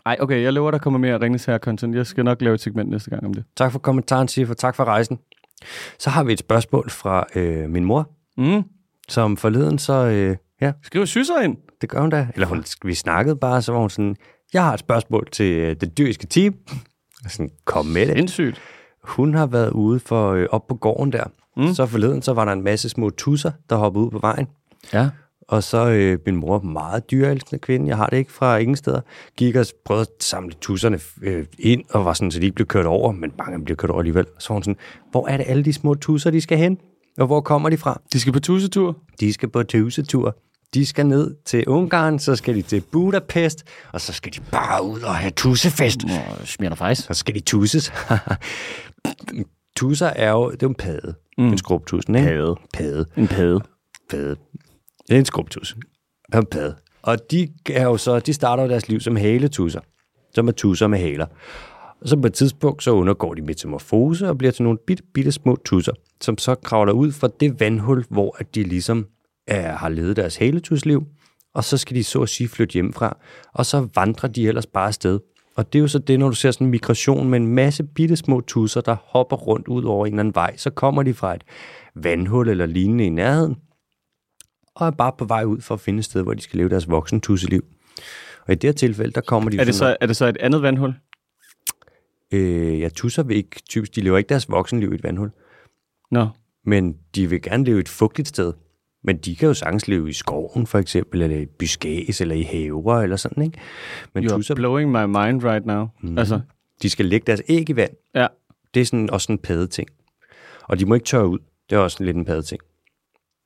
B: Ej, okay, jeg lover, der kommer mere Ringnes her content. Jeg skal nok lave et segment næste gang om det.
A: Tak for kommentaren, Sif, og tak for rejsen. Så har vi et spørgsmål fra øh, min mor,
B: Mm.
A: som forleden så... Øh, ja,
B: Skriv syser ind.
A: det gør hun da. Eller hun, vi snakkede bare, så var hun sådan... Jeg har et spørgsmål til øh, det dyriske team. Og Sådan, kom med det.
B: Sindssygt.
A: Hun har været ude for øh, op på gården der. Mm. Så forleden, så var der en masse små tusser, der hoppede ud på vejen.
B: Ja.
A: Og så øh, min mor, meget dyrelskende kvinde, jeg har det ikke fra ingen steder, gik og prøvede at samle tusserne øh, ind, og var sådan, så de ikke blev kørt over, men mange af dem blev kørt over alligevel. Så var hun sådan, hvor er det alle de små tusser, de skal hen? Og hvor kommer de fra?
B: De skal på tusetur.
A: De skal på tusetur. De skal ned til Ungarn, så skal de til Budapest, og så skal de bare ud og have tussefest.
B: Nå, smiger faktisk.
A: Så skal de tusses. Tusser er jo, det er jo en pade. Mm. En skrubtusen, ikke? Pade. Pade
B: En pæde.
A: pade. Det er en skrubtus. Og en pade. Og de, er jo så, de starter jo deres liv som haletusser. Som er tusser med haler. Og så på et tidspunkt, så undergår de metamorfose og bliver til nogle bitte, bitte små tusser, som så kravler ud fra det vandhul, hvor at de ligesom er, har levet deres haletusliv, og så skal de så at sige flytte hjemmefra, og så vandrer de ellers bare afsted. Og det er jo så det, når du ser sådan en migration med en masse bitte små tusser, der hopper rundt ud over en eller anden vej, så kommer de fra et vandhul eller lignende i nærheden, og er bare på vej ud for at finde et sted, hvor de skal leve deres voksen tusseliv. Og i det her tilfælde, der kommer de...
B: Er det,
A: sådan-
B: så, er det så et andet vandhul?
A: Øh, ja, tusser vil ikke typisk, de lever ikke deres voksenliv i et vandhul,
B: Nå.
A: men de vil gerne leve et fugtigt sted. Men de kan jo sagtens leve i skoven for eksempel, eller i byskæs, eller i haver, eller sådan, ikke? Men
B: You're
A: tusser,
B: blowing my mind right now. Mm. Altså,
A: de skal lægge deres æg i vand.
B: ja.
A: Det er sådan, også sådan en padeting. Og de må ikke tørre ud. Det er også sådan lidt en padeting.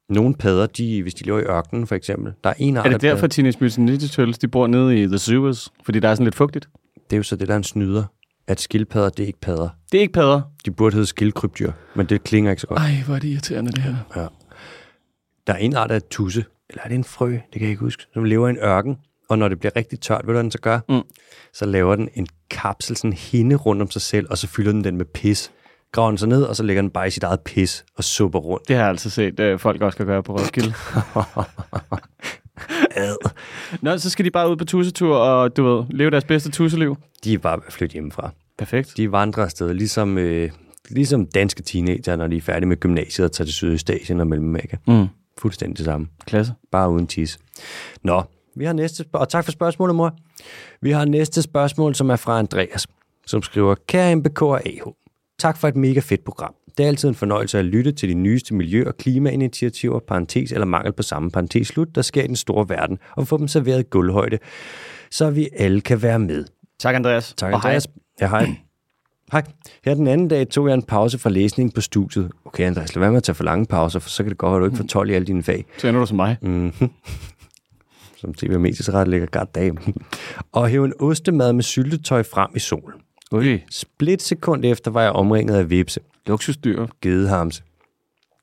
A: Nogle padder, de, hvis de lever i ørkenen for eksempel, der er en art
B: Er
A: af
B: det
A: padder.
B: derfor, Teenage Mutant Ninja Turtles, de bor nede i The Sewers? Fordi der er sådan lidt fugtigt.
A: Det er jo så det, der er en snyder, at skildpadder, det er ikke padder.
B: Det er ikke padder.
A: De burde hedde skildkrybdyr, men det klinger ikke så godt.
B: Ej, hvor er det irriterende, det her.
A: Der er en art af tusse, eller er det en frø, det kan jeg ikke huske, som lever i en ørken, Og når det bliver rigtig tørt, ved du, hvad den så gør?
B: Mm.
A: Så laver den en kapsel, sådan en hinde rundt om sig selv, og så fylder den den med pis. Graver den så ned, og så lægger den bare i sit eget pis og supper rundt.
B: Det har jeg altså set, øh, folk også kan gøre på Roskilde.
A: Ad.
B: Nå, så skal de bare ud på tussetur og, du ved, leve deres bedste tusseliv.
A: De er bare ved at flytte hjemmefra.
B: Perfekt.
A: De vandrer afsted, ligesom, øh, ligesom danske teenager, når de er færdige med gymnasiet og tager til Sydøstasien og Mellemamerika.
B: Mm.
A: Fuldstændig det samme.
B: Klasse.
A: Bare uden tis. Nå, vi har næste spørgsmål. Og tak for spørgsmålet, mor. Vi har næste spørgsmål, som er fra Andreas, som skriver, Kære MBK og AH, tak for et mega fedt program. Det er altid en fornøjelse at lytte til de nyeste miljø- og klimainitiativer, parentes eller mangel på samme parentes slut, der sker i den store verden, og få dem serveret i gulvhøjde, så vi alle kan være med.
B: Tak, Andreas.
A: Tak,
B: Og hej.
A: Andreas. Ja, hej. Hej. Her den anden dag tog jeg en pause fra læsning på studiet. Okay, Andreas, lad være med at tage for lange pauser, for så kan det godt være, at du ikke får 12 i alle dine fag
B: Så ender du som mig. Mm.
A: som tv og mediesret ligger godt dag. og hæve en ostemad med syltetøj frem i solen.
B: Ui,
A: Split sekund efter var jeg omringet af vipse,
B: luksusdyr.
A: gedehamse,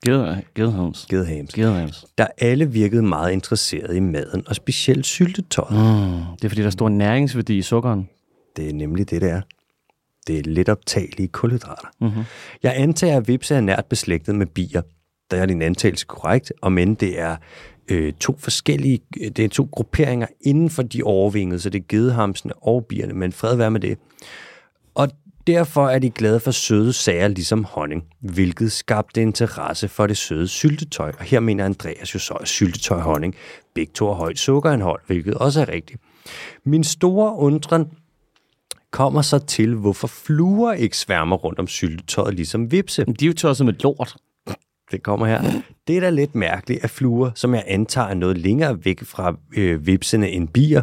B: Geder, gederhams.
A: gedehamse,
B: Gederhams.
A: der alle virkede meget interesserede i maden, og specielt syltetøjet. Mm.
B: Det er, fordi der er stor næringsværdi i sukkeren.
A: Det er nemlig det, det er. Det er lidt optagelige kulhydrater. Mm-hmm. Jeg antager, at vipse er nært beslægtet med bier. Der er din antagelse korrekt, og men det er øh, to forskellige, øh, det er to grupperinger inden for de overvingede, så det er gedehamsene og bierne, men fred være med det. Og derfor er de glade for søde sager ligesom honning, hvilket skabte interesse for det søde syltetøj. Og her mener Andreas jo så, at syltetøj og honning begge to har højt sukkerindhold, hvilket også er rigtigt. Min store undren kommer så til, hvorfor fluer ikke sværmer rundt om syltetøjet ligesom vipse.
B: De er jo tosset med lort.
A: Det kommer her. Det er da lidt mærkeligt, at fluer, som jeg antager er noget længere væk fra øh, vipsene end bier,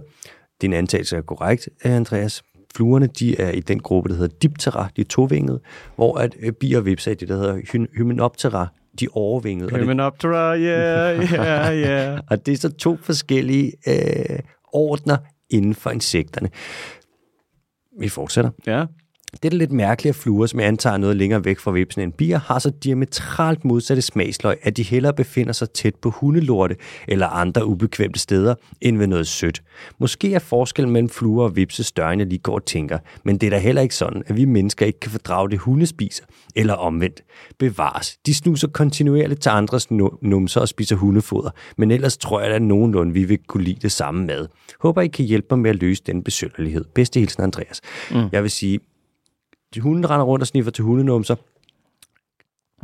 A: din antagelse er korrekt, øh, Andreas. Fluerne, de er i den gruppe, der hedder diptera, de er tovingede, hvor at øh, bier og vipser er i det, der hedder hy- hymenoptera, de er overvingede. Og det,
B: Hymenoptera, yeah, yeah, yeah.
A: og det er så to forskellige øh, ordner inden for insekterne. Vi fortsætter.
B: ja.
A: Det er da lidt mærkeligt, at fluer, som jeg antager er noget længere væk fra vipsen end bier, har så diametralt modsatte smagsløg, at de hellere befinder sig tæt på hundelorte eller andre ubekvemte steder, end ved noget sødt. Måske er forskellen mellem fluer og vipse større, end jeg lige går og tænker, men det er da heller ikke sådan, at vi mennesker ikke kan fordrage det, hunde spiser, eller omvendt. Bevares. De snuser kontinuerligt til andres nu- numser og spiser hundefoder, men ellers tror jeg da nogenlunde, vi vil kunne lide det samme mad. Håber, I kan hjælpe mig med at løse den besynderlighed. Bedste hilsen, Andreas. Mm. Jeg vil sige, hunden render rundt og sniffer til hundenumser.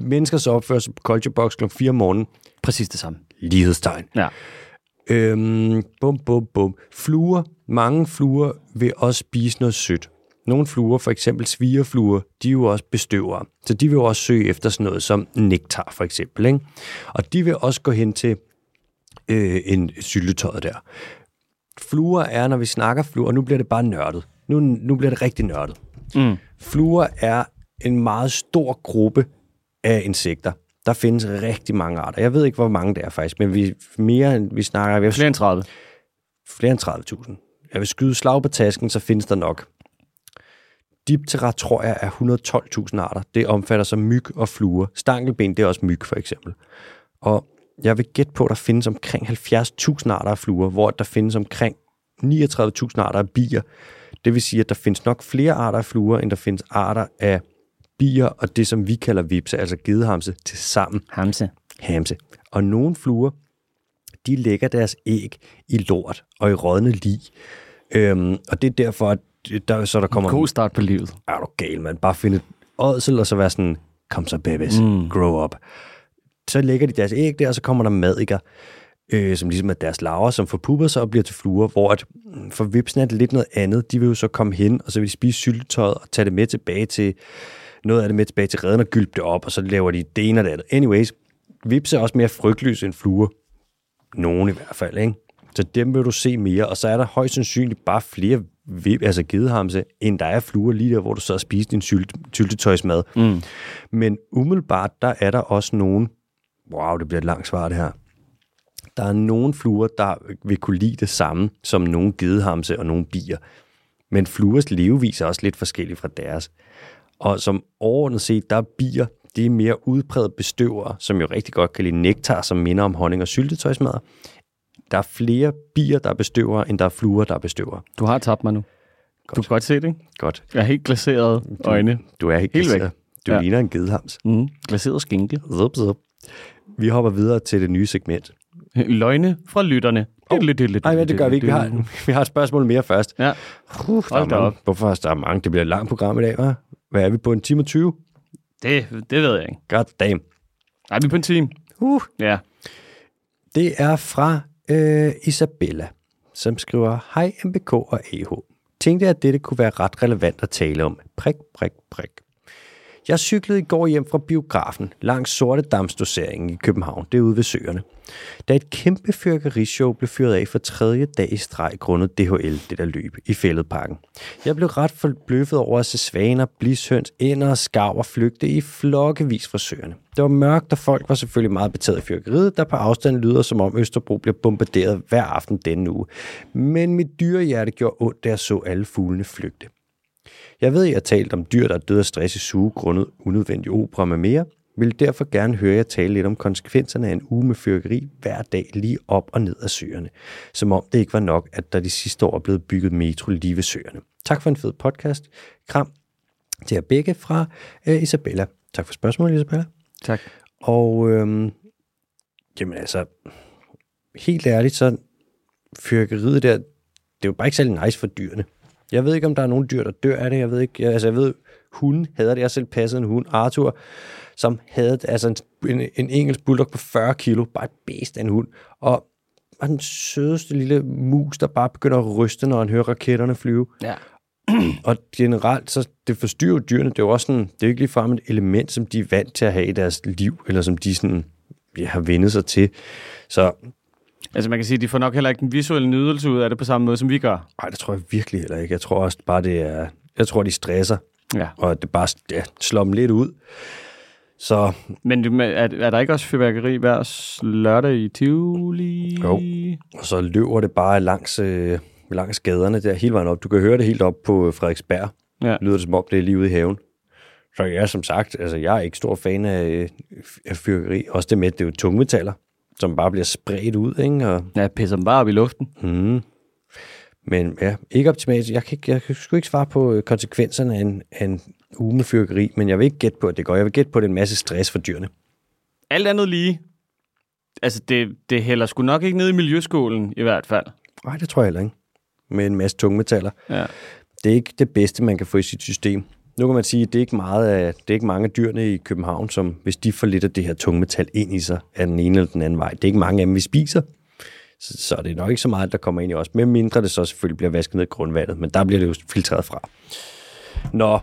A: Mennesker så opfører sig på Culture Box kl. 4 om morgenen.
B: Præcis det samme.
A: Lighedstegn.
B: Ja.
A: Øhm, bum, bum, bum. Fluer. Mange fluer vil også spise noget sødt. Nogle fluer, for eksempel svigerfluer, de er jo også bestøvere. Så de vil jo også søge efter sådan noget som nektar, for eksempel. Ikke? Og de vil også gå hen til øh, en syltetøjet der. Fluer er, når vi snakker fluer, og nu bliver det bare nørdet. Nu, nu bliver det rigtig nørdet.
B: Mm.
A: Fluer er en meget stor gruppe af insekter. Der findes rigtig mange arter. Jeg ved ikke, hvor mange det er faktisk, men vi, mere end vi snakker, vi har
B: Flere end 30.
A: flere end 30.000. Jeg vil skyde slag på tasken, så findes der nok. Diptera tror jeg er 112.000 arter. Det omfatter så myg og fluer. Stankelben, det er også myg for eksempel. Og jeg vil gætte på, at der findes omkring 70.000 arter af fluer, hvor der findes omkring 39.000 arter af bier. Det vil sige, at der findes nok flere arter af fluer, end der findes arter af bier og det, som vi kalder vipse, altså gedehamse, til sammen
B: Hamse.
A: hamse. Og nogle fluer, de lægger deres æg i lort og i rådne lig. Øhm, og det er derfor, at der, så der kommer...
B: God start på livet.
A: Er du gal, man? Bare finde et ådsel, og så være sådan, kom så babies, mm. grow up. Så lægger de deres æg der, og så kommer der madikker, øh, som ligesom er deres larver, som forpupper sig og bliver til fluer, hvor at, mm, for vipsen er det lidt noget andet. De vil jo så komme hen, og så vil de spise syltetøjet og tage det med tilbage til, noget af det med tilbage til redden og gylpe det op, og så laver de det ene og det andet. Anyways, vips er også mere frygtløse end fluer. Nogen i hvert fald, ikke? Så dem vil du se mere, og så er der højst sandsynligt bare flere vip, altså gedehamse, end der er fluer lige der, hvor du så har spist din sylt, syltetøjsmad. Mm. Men umiddelbart, der er der også nogen, wow, det bliver et langt svar det her, der er nogen fluer, der vil kunne lide det samme som nogle gedehamse og nogle bier. Men fluers levevis er også lidt forskellig fra deres. Og som overordnet set, der er bier, det er mere udpræget bestøvere, som jo rigtig godt kan lide nektar, som minder om honning og syltetøjsmad, Der er flere bier, der bestøver, end der er fluer, der bestøver.
B: Du har tabt mig nu. Godt. Du kan godt se det, ikke?
A: Godt.
B: Jeg har helt glaserede øjne.
A: Du er helt,
B: Helt væk.
A: glaseret. Du
B: Ja.
A: ja. ligner en gedehams.
B: Mm. Glaseret skinke.
A: Zup, zup. Vi hopper videre til det nye segment.
B: Løgne fra lytterne. Oh.
A: Nej, hvad det gør vi ikke. Vi har, vi har et spørgsmål mere først. Uh,
B: Ja.
A: der er
B: Hold da
A: mange.
B: op.
A: Hvorfor er der mange? Det bliver et langt program i dag, hva'? Hvad er vi på? En time og 20?
B: Det, det ved jeg ikke.
A: God damn.
B: Nej, vi er på en time.
A: Uh.
B: Ja.
A: Det er fra øh, Isabella, som skriver, Hej MBK og AH. Tænkte, at dette kunne være ret relevant at tale om. Prik, prik, prik. Jeg cyklede i går hjem fra biografen langs Sorte Damsdoseringen i København, det er ude ved søerne. Da et kæmpe fyrkerishow blev fyret af for tredje dag i streg grundet DHL, det der løb, i fældeparken. Jeg blev ret forbløffet over at se svaner, blishøns, ænder og skarver flygte i flokkevis fra søerne. Det var mørkt, og folk var selvfølgelig meget betaget af fyrkeriet, der på afstand lyder som om Østerbro bliver bombarderet hver aften denne uge. Men mit dyrehjerte gjorde ondt, da jeg så alle fuglene flygte. Jeg ved, at jeg har talt om dyr, der er døde af stress i suge grundet unødvendig opera med mere. Vil derfor gerne høre jer tale lidt om konsekvenserne af en uge med fyrkeri hver dag lige op og ned af søerne. Som om det ikke var nok, at der de sidste år er blevet bygget metro lige ved søerne. Tak for en fed podcast. Kram til jer begge fra øh, Isabella. Tak for spørgsmålet, Isabella.
B: Tak.
A: Og øhm, jamen altså, helt ærligt, så fyrkeriet der, det er jo bare ikke særlig nice for dyrene. Jeg ved ikke, om der er nogen dyr, der dør af det. Jeg ved ikke, jeg, altså jeg ved, hunden hader det. Jeg har selv passet en hund, Arthur, som havde altså en, en, en engelsk bulldog på 40 kilo, bare et bedst af en hund. Og var den sødeste lille mus, der bare begynder at ryste, når han hører raketterne flyve.
B: Ja.
A: Og generelt, så det forstyrrer jo dyrene. Det er jo også sådan, det er jo ikke ligefrem et element, som de er vant til at have i deres liv, eller som de sådan, ja, har vendet sig til. Så
B: Altså man kan sige, at de får nok heller ikke den visuelle nydelse ud af det på samme måde, som vi gør.
A: ej, det tror jeg virkelig heller ikke. Jeg tror også bare, det er... Jeg tror, de stresser,
B: Ja.
A: og at det bare ja, slår dem lidt ud. Så
B: Men det- men er, er der ikke også fyrværkeri hver s- lørdag i Tivoli?
A: Jo. Og så løber det bare langs, øh, langs gaderne der hele vejen op. Du kan høre det helt op på øh, Frederiksberg.
B: Ja.
A: Lyder det som om, det er lige ude i haven. Så jeg er som sagt, altså jeg er ikke stor fan af, øh, af fyrkeri. Også det med, at det er jo tungmetaller, som bare bliver spredt ud, ikke? Og,
B: Ja, jeg pisser dem bare op i luften.
A: mm. Men ja, ikke optimalt. Jeg kan, ikke, jeg kan sgu ikke svare på øh, konsekvenserne af en, af en uge med fyrkeri, men jeg vil ikke gætte på, at det går. Jeg vil gætte på, at det er en masse stress for dyrene.
B: Alt andet lige. Altså, det, det hælder sgu nok ikke ned i miljøskolen, i hvert fald.
A: Nej, det tror jeg heller ikke. Med en masse tungmetaller.
B: Ja.
A: det er ikke det bedste, man kan få i sit system. Nu kan man sige, at det er ikke, meget af, det er ikke mange af dyrene i København, som hvis de får lidt af det her tungmetal ind i sig af den ene eller den anden vej. Det er ikke mange af dem, vi spiser. Så, så det er nok ikke så meget, der kommer ind i os. Med mindre det så selvfølgelig bliver vasket ned i grundvandet, men der bliver det jo filtreret fra. Nå,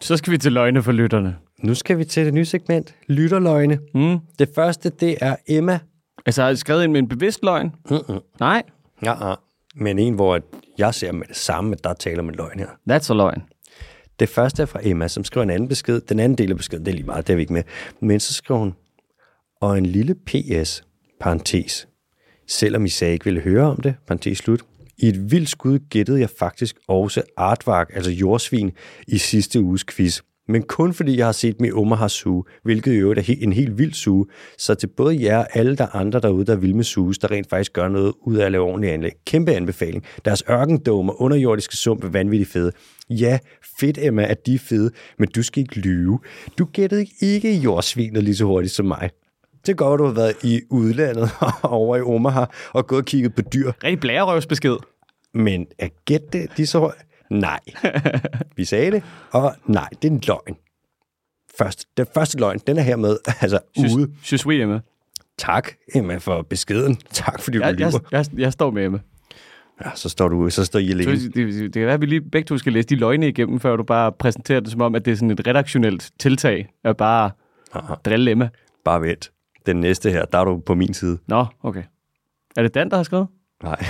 B: Så skal vi til løgne for lytterne.
A: nu skal vi til det nye segment, lytterløgne.
B: Mm.
A: Det første, det er Emma.
B: Altså, har jeg skrevet ind med en bevidst løgn?
A: Mm-mm.
B: Nej,
A: Ja, ja. Men en, hvor at jeg ser med det samme, at der taler om en løgn her.
B: that's a løgn.
A: Det første er fra Emma, som skriver en anden besked. Den anden del af beskeden, det er lige meget, det er vi ikke med. Men så skriver hun, og en lille PS, parentes, selvom I sagde, I ikke ville høre om det, parentes slut, i et vildt skud gættede jeg faktisk også artvark, altså jordsvin, i sidste uges quiz. Men kun fordi jeg har set med Omaha suge, hvilket i øvrigt er he- en helt vild suge. Så til både jer og alle der andre derude, der vil med suges, der rent faktisk gør noget ud af at lave ordentlige anlæg. Kæmpe anbefaling. Deres ørkendomer, underjordiske sump er vanvittigt fede. Ja, fedt Emma, at de er fede, men du skal ikke lyve. Du gættede ikke jordsvinet lige så hurtigt som mig. Det er godt, at du har været i udlandet over i Omaha og gået og kigget på dyr.
B: Rigtig blærerøvsbesked.
A: Men at gætte det lige så højt? Nej. Vi sagde det, og nej, det er en løgn. Først, den første løgn, den er hermed altså ude.
B: Synes vi, Emma.
A: Tak, Emma, for beskeden. Tak, fordi du
B: Jeg, jeg,
A: lyver.
B: jeg, jeg står med Emma.
A: Ja, så står du så står I
B: Så
A: alene.
B: Det, det, det kan være, at vi lige begge to skal læse de løgne igennem, før du bare præsenterer det som om, at det er sådan et redaktionelt tiltag at bare
A: Aha.
B: drille Emma.
A: Bare vent. Den næste her, der er du på min side.
B: Nå, okay. Er det Dan, der har skrevet?
A: Nej,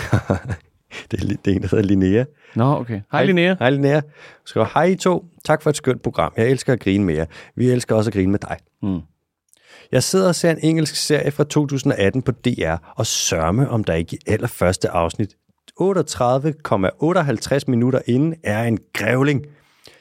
A: det er, li- det er en, der hedder Linnea.
B: Nå, okay. Hej, Linnea.
A: Hej Linnea. Hun Skriver, hej I to. Tak for et skønt program. Jeg elsker at grine med jer. Vi elsker også at grine med dig.
B: Mm.
A: Jeg sidder og ser en engelsk serie fra 2018 på DR, og sørme om der ikke i allerførste afsnit 38,58 minutter inden er en grævling.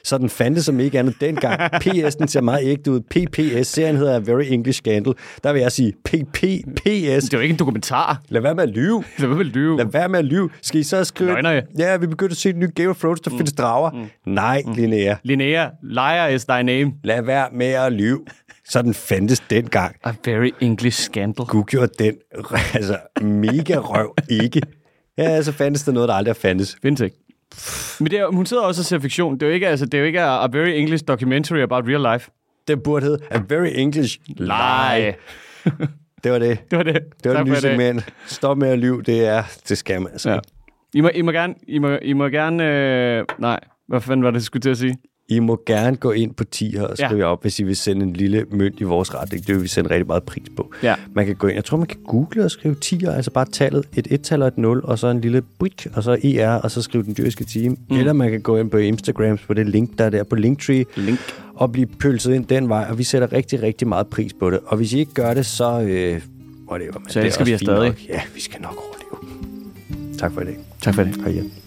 A: så den fandtes som ikke andet dengang. PS'en ser meget ægte ud. PPS, serien hedder A Very English Scandal. Der vil jeg sige PPPS.
B: Det er jo ikke en dokumentar.
A: Lad være med at lyve.
B: Det var vel lyve.
A: Lad være med at lyve. Skal I så skrive...
B: Løgner I?
A: Ja, vi begyndte at se den nye Game of Thrones, der mm. findes drager. Mm. Nej, mm. Linnea.
B: Linnea, liar is thy name.
A: Lad være med at lyve. Sådan fandtes dengang.
B: A very English scandal.
A: Gud gjorde den altså, mega røv ikke. Ja, så fandtes der noget, der aldrig har fandtes.
B: Findes ikke. Men det er, hun sidder også og ser fiktion. Det er jo ikke, altså, det er jo ikke a, a very English documentary about real life.
A: Det burde hedde A Very English Lie. Det var det.
B: Det var det.
A: Det var
B: Tak
A: det nye
B: for i dag.
A: segment. Stop med at lyve, det er... Det skal man altså.
B: Ja.
A: Ja.
B: I må, I må gerne... I må, I må gerne øh, nej, hvad fanden var det, jeg skulle til at sige?
A: I må gerne gå ind på 10 her og
B: Ja.
A: skrive ja. op, hvis I vil sende en lille mønt i vores retning. Det vil vi sende rigtig meget pris på.
B: Ja.
A: Man kan gå ind, jeg tror, man kan google og skrive 10, altså bare tallet, et 1-tal og et 0, og så en lille brik, og så ER, og så skrive den dyriske time. Mm. Eller man kan gå ind på Instagrams på det link, der er der på Linktree,
B: Link.
A: og blive pølset ind den vej, og vi sætter rigtig, rigtig meget pris på det. Og hvis I ikke gør det, så... Øh, whatever, man.
B: elsker
A: det er også
B: vi jer
A: fint
B: stadig.
A: Nok. Ja, vi skal nok overleve. Tak for i dag.
B: Tak for det.
A: Hej igen.